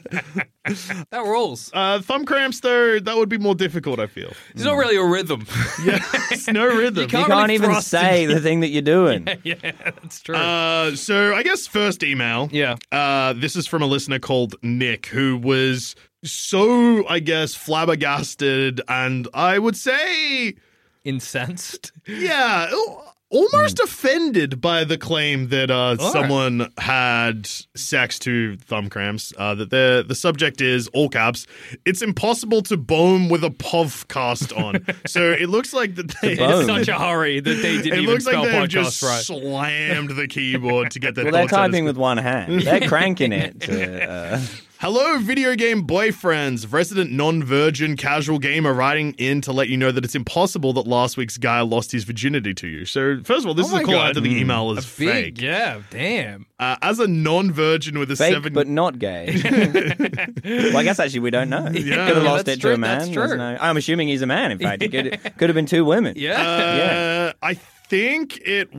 [laughs] That rules.
Uh, thumb cramps though that would be more difficult. I
[laughs]
feel.
There's not really a rhythm. [laughs]
Yeah, it's no rhythm.
You can't
really
even
thrust
say the thing that you're doing.
yeah, that's true.
Uh, so I guess first email.
yeah.
Uh, this is from a listener called Nick who was so I guess flabbergasted and I would say [laughs]
Incensed.
yeah al- almost
Hmm.
offended by the claim that uh,
right.
someone had sex to thumb cramps. Uh, that the the subject is all caps. It's impossible to bone with a pov cast
[laughs]
on. so it looks like that they.
bone.
In such a hurry that they
[laughs]
didn't
It
even
looks
spell
like they've
podcast
just
right.
slammed the keyboard to get their
Well, they're
thoughts out.
typing with one hand. They're cranking it. To, uh,
Hello, video game boyfriends. Resident non virgin casual gamer writing in to let you know that it's impossible that last week's guy lost his virginity to you. So, first of all, this is
Oh my
a call
God.
out to the email
A
is
big,
fake.
yeah, damn.
Uh, as a non virgin with a
fake,
seven.
but not gay. well, I guess actually we don't know.
Yeah.
could have
Yeah,
lost
that's
it
true,
to a man.
that's
There's
true.
no- I'm assuming he's a man. In fact, it could could have been two women.
Yeah.
uh,
Yeah.
I think it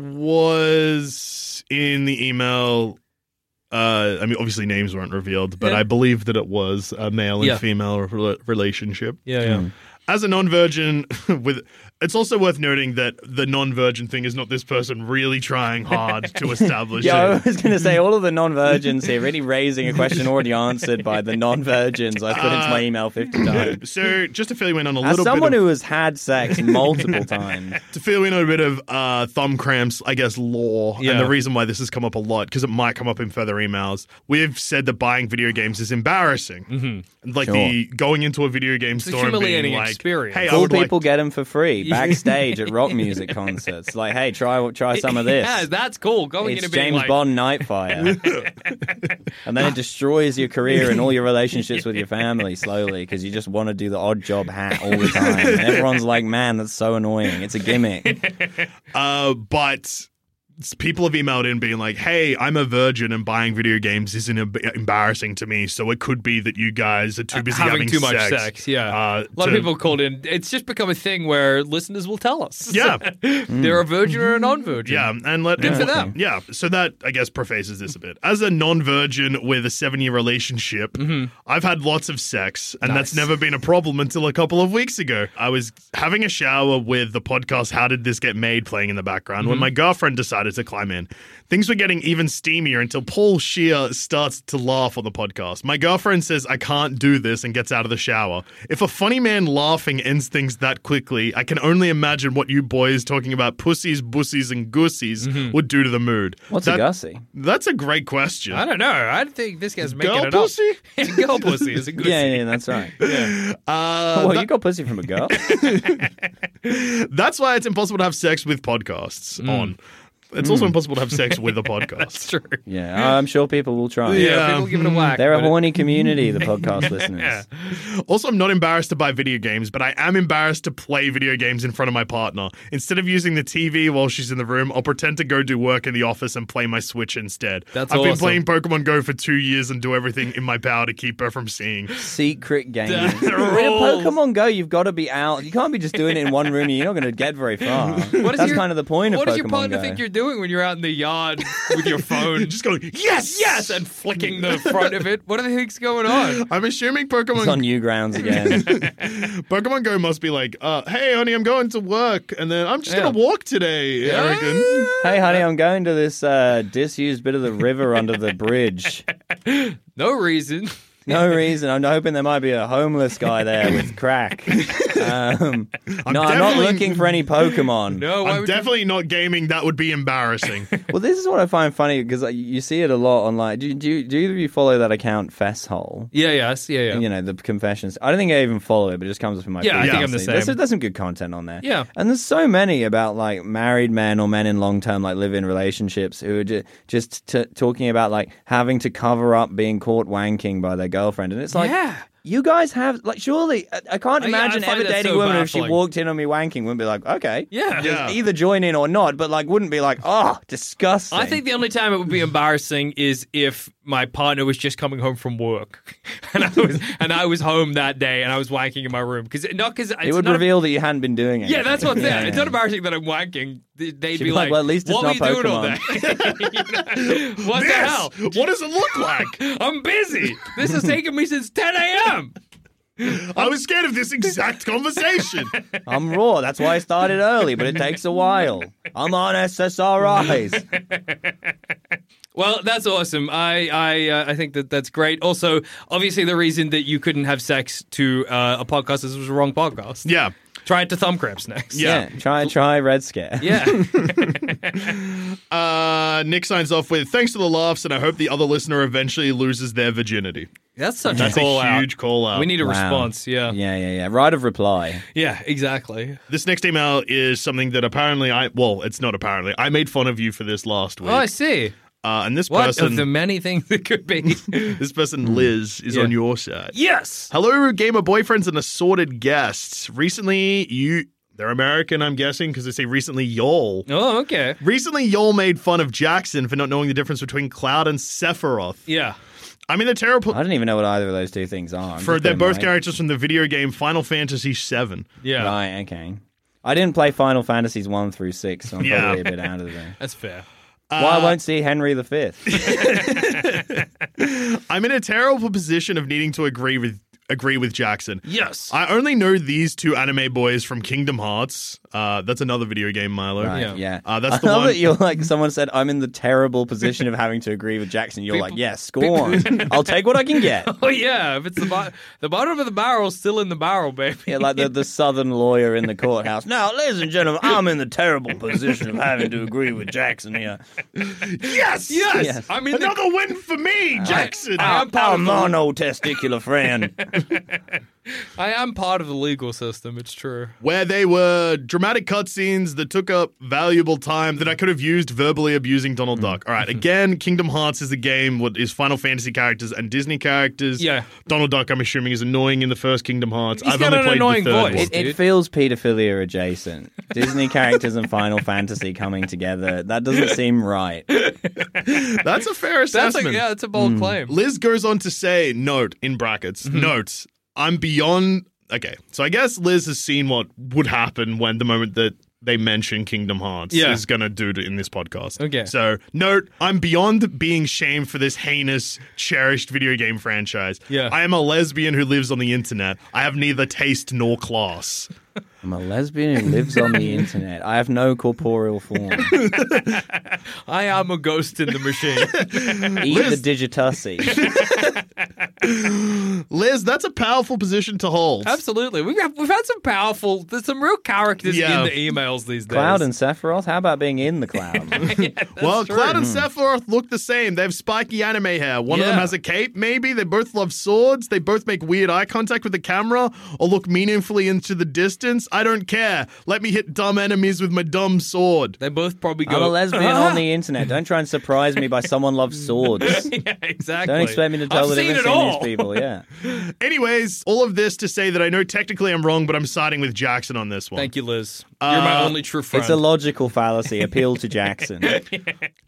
was in the email. Uh, I mean, obviously names weren't revealed, but
Yeah.
I believe that it was a male and
Yeah.
female re- relationship.
[laughs] yeah, yeah.
as a non-virgin [laughs] with it's also worth noting that the non-virgin thing is not this person really trying hard to
[laughs]
establish
Yeah,
it.
I was going to say all of the non-virgins here really raising a question already answered by the non-virgins I put into my email fifty
[laughs]
times.
So just to fill you in on a
As
little
someone
bit of,
who has had sex multiple times,
to fill you in on a bit of uh, thumb cramps, I guess, lore
Yeah.
and the reason why this has come up a lot because it might come up in further emails. We've said that buying video games is embarrassing, mm-hmm. like the going into a video game
a
store and being
humiliating
like,
experience.
"Hey, I
cool
would like
people get 'em get them for free backstage at rock music concerts. Like, hey, try try some of
[laughs]
this.
Yeah, that's cool. Going
It's
in and being
James
like,
Bond
[laughs]
Nightfire. and then it destroys your career and all your relationships with your family slowly because you just want to do the odd job hat all the time. And everyone's like, man, that's so annoying. It's
[laughs]
a gimmick.
Uh, but s- people have emailed in being like, "Hey, I'm a virgin, and buying video games isn't em- embarrassing to me. So it could be that you guys are too busy
Uh, having,
having,
too much
sex.
sex. Yeah,
uh,
a lot of
to-
people called in. It's just become a thing where listeners will tell us.
[laughs]
[laughs]
Yeah.
they're
Mm.
a virgin or a non-virgin.
Yeah, and let
Good for them.
Yeah, so that I guess prefaces this a bit. As a non-virgin with a seven-year relationship,
Mm-hmm.
I've had lots of sex, and that's never been a problem until a couple of weeks ago.
Mm-hmm.
I was having a shower with the podcast "How Did This Get Made" playing in the background when my girlfriend decided episodes that climb in. Things were getting even steamier until Paul Shear starts to laugh on the podcast. My girlfriend says I can't do this and gets out of the shower. If a funny man laughing ends things that quickly, I can only imagine what you boys talking about pussies, bussies, and gooseys would do to the mood.
What's
That-
a Gussie?
That's a great question.
I don't know. I think this guy's making
Girl
it
pussy?
up. [laughs] Girl pussy is a good.
[laughs] Yeah, yeah, that's
[laughs]
right.
Uh,
well,
that-
you got pussy from a girl.
That's why it's impossible to have sex with podcasts on. It's also impossible to have sex with a podcast.
True.
yeah, I'm sure people will try.
Yeah,
Yeah.
people give it a whack.
mm, They're a
but it-
horny
[laughs]
community, the podcast listeners.
Also, I'm not embarrassed to buy video games, but I am embarrassed to play video games in front of my partner. Instead of using the TV while she's in the room, I'll pretend to go do work in the office and play my Switch instead.
That's
I've been
awesome.
playing Pokemon Go for two years and do everything in my power to keep her from
[laughs]
seeing.
Secret game.
That
[laughs] When
rules.
Pokemon Go, you've got to be out. You can't be just doing it in one room. You're not going to get very far.
What is
That's
your-
kind of the point
What
of
does
Pokemon
your partner
Go.
think you're doing when you're out in
[laughs]
the yard with your phone?
Just going, yes,
yes, and flicking the front of it. What do they think's going on?
[laughs] I'm assuming
It's on
Pokemon
[laughs]
new grounds again.
Pokemon Go must be like, uh, hey, honey, I'm going to work, and then I'm just
Yeah.
gonna walk today. I reckon.
Ah!
hey, honey, I'm going to this uh, disused bit of the river under the bridge.
No reason. [laughs]
No reason. I'm hoping there might be a homeless guy there with crack. Um, no, I'm not
definitely-
looking for any Pokemon.
No, why
I'm
would you-
definitely not gaming. That would be
[laughs]
embarrassing.
Well, this is what I find funny because like, you see it a lot online. Do, do, you- do either of you follow that account, Fesshole?
Yeah, yes, yeah, yeah.
You know, the confessions. I don't think I even follow it, but it just comes up in my
Yeah, I
feed
think I'm the
constantly.
same.
There's, there's some good content on there.
Yeah.
And there's so many about like married men or men in long term, like live in relationships who are ju- just t- talking about like having to cover up being caught wanking by their girlfriend. And it's like,
Yeah.
you guys have, like, surely, I, I can't
I- I
imagine
find
ever
that
dating
so
a woman if she
baffling.
walked in on me wanking wouldn't be like, okay.
Yeah.
Just
Yeah.
Either join in or not, but like wouldn't be like, oh, disgusting.
I think the only time it
[laughs]
would be embarrassing is if my partner was just coming home from work, [laughs] and I was and I was home that day, and I was wanking in my room because not because
it would
not
reveal that you hadn't been doing it.
Yeah, that's what's there. It's not embarrassing that I'm wanking. Th- They'd
She'd
be like,
"Well, at least it's
what
not
were you doing all day? [laughs] You know? what the
Yes!
hell?
What does it look
[laughs]
like?
I'm busy. This has taken me since 10 a.m.
I was scared of this exact
[laughs]
conversation.
I'm raw. That's why I started early, but it takes a while. I'm
[laughs]
on SSRIs.
Well, that's awesome. I I uh, I think that that's great. Also, obviously, the reason that you couldn't have sex to uh, a podcast is it was the wrong podcast.
yeah.
Try it to thumb cramps next.
Yeah.
Try, try Red Scare.
Yeah.
Uh, Nick signs off with thanks for the laughs, and I hope the other listener eventually loses their virginity.
That's such
That's
a call
a huge
out.
call out.
We need a
Wow.
response. Yeah. yeah.
Yeah, yeah, yeah. Right of reply.
exactly.
this next email is something that apparently I well, it's not apparently. I made fun of you for this last week.
Oh, I see.
uh, and this
What
person
of the many things that could be? [laughs]
this person Liz is
Yeah.
on your side.
yes.
Hello, gamer boyfriends and assorted guests. Recently, you. They're American, I'm guessing, because they say recently y'all.
Oh, okay.
Recently, y'all made fun of Jackson for not knowing the difference between Cloud and Sephiroth.
Yeah.
I mean, they're terrible.
I don't even know what either of those two things are. I'm
For
just
they're
putting
both
my-
characters from the video game Final Fantasy VII.
Yeah.
Right, okay. I didn't play Final Fantasies 1 through 6, so I'm
Yeah. Uh,
probably a bit out
[laughs]
of there.
That's [laughs] fair.
Why I won't see Henry V?
I'm in a terrible position of needing to agree with agree with Jackson.
Yes.
I only know these two anime boys from Kingdom Hearts. Uh, that's another video game, Milo. [laughs]
Right,
Yeah.
yeah.
Uh, that's the
I love
one-
that you're like, someone said, I'm in the terrible position of having to agree with Jackson. You're like,
People-
[laughs]
yes, scorn. I'll take what I can get.
Oh yeah, if it's the bo- the bottom of the barrel's still in the barrel, baby.
Yeah, like the, the southern lawyer in the courthouse. Now, ladies and gentlemen, I'm in the terrible position of having to agree with Jackson here.
Yes,
Yes,
Yes.
I mean
Another win for me, Jackson.
I- I'm part
Our
of the-
monotesticular [laughs] friend.
I am part of the legal system. It's true.
where they were dramatic cutscenes that took up valuable time that I could have used verbally abusing Donald
Mm.
Duck.
[laughs]
All right, again, Kingdom Hearts is a game what is Final Fantasy characters and Disney characters.
Yeah.
Donald Duck, I'm assuming, is annoying in the first Kingdom Hearts.
He's
I've
got
only
an
played
annoying
the third
voice. [laughs]
one.
It, it feels paedophilia adjacent. Disney characters and Final Fantasy coming together. That doesn't seem right.
That's a fair
That's
assessment.
a, yeah, that's a
Hmm.
bold claim.
Liz goes on to say, note in brackets,
Mm-hmm.
note, I'm beyond. Okay, so I guess Liz has seen what would happen when the moment that they mention Kingdom Hearts
Yeah.
is going to do to, in this podcast.
Okay.
So, note, I'm beyond being shamed for this heinous, cherished video game franchise.
Yeah.
I am a lesbian who lives on the internet. I have neither taste nor class.
I'm a lesbian who lives on [laughs] the internet. I have no corporeal [laughs] form.
I am a ghost in the machine.
Eat the digitussie.
Liz, that's a powerful position to hold.
Absolutely. We've, got, we've had some powerful, there's some real characters
Yeah.
in the emails these days.
Cloud and Sephiroth. How about being in the [laughs] cloud?
Well, Cloud and Sephiroth look the same. They have spiky anime hair. One of
Yeah.
them has a cape, maybe. They both love swords. They both make weird eye contact with the camera or look meaningfully into the distance. I don't care. Let me hit dumb enemies with my dumb sword.
They both probably go. [laughs]
I'm a lesbian on [laughs] the internet. Don't try and surprise me by someone loves swords.
yeah, exactly.
Don't expect me to tell
I've
the
seen it
difference between
all.
these
[laughs]
people. Yeah.
Anyways, all of this to say that I know technically I'm wrong, but I'm siding with Jackson on this one.
Thank you, Liz. You're my
Uh,
only true friend.
It's a logical fallacy. Appeal
[laughs]
to Jackson.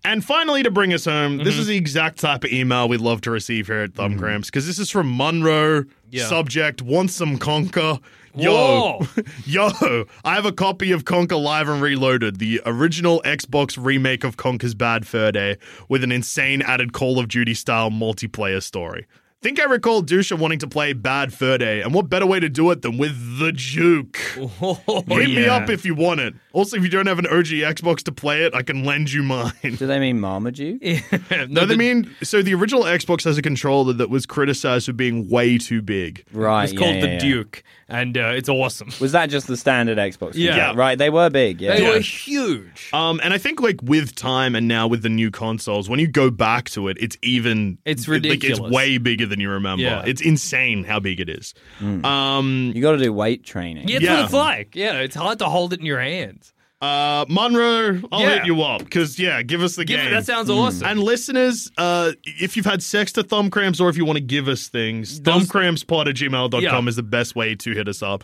And finally, to bring us home,
Mm-hmm.
this is the exact type of email we love to receive here at Thumbgramps because this is from Munro.
Yeah.
Subject: Want some Conker? Yo,
Whoa. [laughs]
yo! I have a copy of Conker Live and Reloaded, the original Xbox remake of Conker's Bad Fur Day, with an insane added Call of Duty style multiplayer story. Think I recall Dusha wanting to play Bad Fur Day, and what better way to do it than with the Juke? Hit me
yeah.
up if you want it. Also, if you don't have an OG Xbox to play it, I can lend you mine.
Do they mean Marmaduke?
No, they mean so the original Xbox has a controller that was criticized for being way too big.
Right.
It's
yeah,
called
yeah,
the
yeah.
Duke, and uh, it's awesome.
Was that just the standard Xbox?
Yeah.
controller? Right. They were big. Yeah.
They
Yeah.
were huge.
Um, and I think like with time and now with the new consoles, when you go back to it, it's even
It's
like,
ridiculous.
it's way bigger than you remember.
Yeah.
It's insane how big it is. Um,
You got to do weight training.
Yeah, that's
yeah.
what it's like. Yeah, it's hard to hold it in your hands.
uh, Monroe, I'll
Yeah.
hit you up because yeah, give us the
Give
game.
it, that sounds awesome.
and listeners, uh, if you've had sex to thumb cramps or if you want to give us things,
Those-
thumbcrampspod at gmail.com
Yeah.
is the best way to hit us up.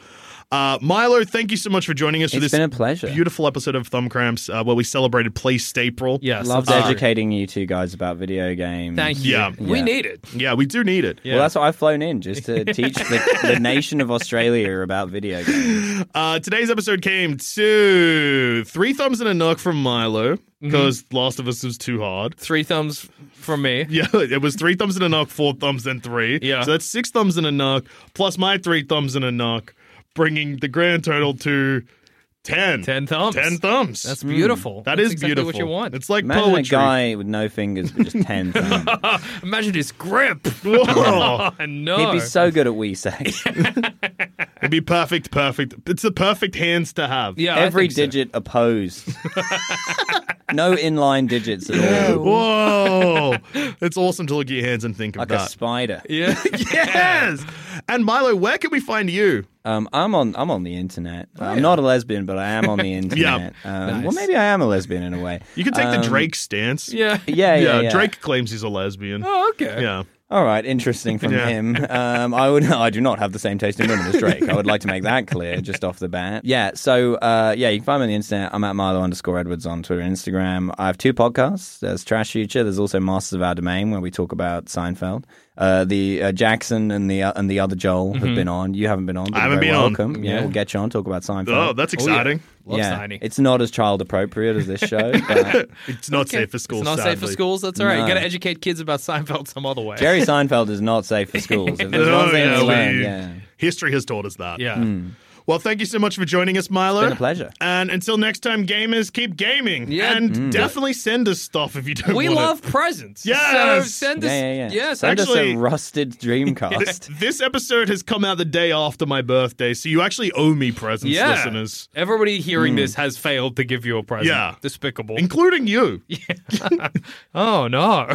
Uh, Milo, thank you so much for joining us for
It's
this
been a pleasure.
beautiful episode of Thumb Cramps uh, where we celebrated Place April.
yes,
Loved
that's-
educating you two guys about video games.
Thank you.
Yeah.
We
Yeah.
need it.
Yeah, we do need it.
Yeah.
Well, that's what I've flown in
[laughs]
just to teach the, the nation of Australia about
[laughs]
video games.
Uh, today's episode came to three thumbs and a knock from Milo
Mm-hmm.
because Last of Us was too hard. [laughs]
Three thumbs from me.
Yeah, it was three thumbs and a knock, four thumbs and three.
Yeah.
So that's six thumbs and a knock plus my three thumbs and a knock, bringing the grand total to 10.
Ten thumbs.
Ten thumbs. Mm.
That's beautiful.
That
That's
is
exactly
beautiful.
what you want.
It's like
Imagine
poetry.
a guy with no fingers but just
[laughs]
ten thumbs.
Imagine his grip.
[laughs]
[laughs]
Whoa.
I know.
He'd be so good at Wii sex.
It'd be perfect, perfect. It's the perfect hands to have.
yeah, I
Every
think so.
digit
[laughs]
opposed. no inline digits at all.
Whoa! [laughs] it's awesome to look at your hands and think of
Like a
that.
spider.
[laughs] Yeah. [laughs]
yes. And Milo, where can we find you?
Um, I'm on. I'm on the internet.
Oh,
I'm not a lesbian, but I
[laughs]
am on the internet. um, Well, maybe I am a lesbian in a way. Um,
You can take the Drake stance.
Um, yeah.
[laughs] Yeah, yeah, yeah.
Drake claims he's a lesbian.
Oh, okay.
Yeah.
All right, interesting
[laughs]
from
Yeah.
him. Um, I would, [laughs] I do not have the same taste in women as Drake. I would like to make that clear just off the bat. Yeah, so uh, yeah, you can find me on the internet. I'm at Milo underscore Edwards on Twitter and Instagram. I have two podcasts. There's Trash Future. There's also Masters of Our Domain where we talk about Seinfeld. Uh, the uh, Jackson and the and the other Joel have been on. You haven't been on. But
Mm-hmm. I haven't
you're very
been on.
welcome. Yeah,
Yeah.
we'll get you on. Talk about Seinfeld.
Oh, that's exciting.
Love
yeah,
signing.
it's not as child appropriate as this show. But
[laughs] It's not safe for schools.
It's not safe for
sadly.
schools. That's all right.
No.
You got to educate kids about Seinfeld some other way.
Jerry Seinfeld is not safe for schools. If there's
Oh,
one thing
yeah,
we
we-
learned, yeah,
History has taught us that.
Yeah.
Hmm.
[laughs] Well, thank you so much for joining us, Milo.
been a pleasure. Mm.
And until next time, gamers, keep gaming.
Yeah.
And definitely send us stuff if you don't
We
want it.
love presents. So
Yes!
send us.
yeah, yeah, yeah.
Yes,
Send
actually-
us a rusted
[laughs]
Dreamcast.
This episode has come out the day after my birthday, so you actually owe me presents,
Yeah.
listeners, Hmm.
Everybody hearing this has failed to give you a present.
Yeah. [laughs]
Despicable. [laughs]
including you.
oh, no.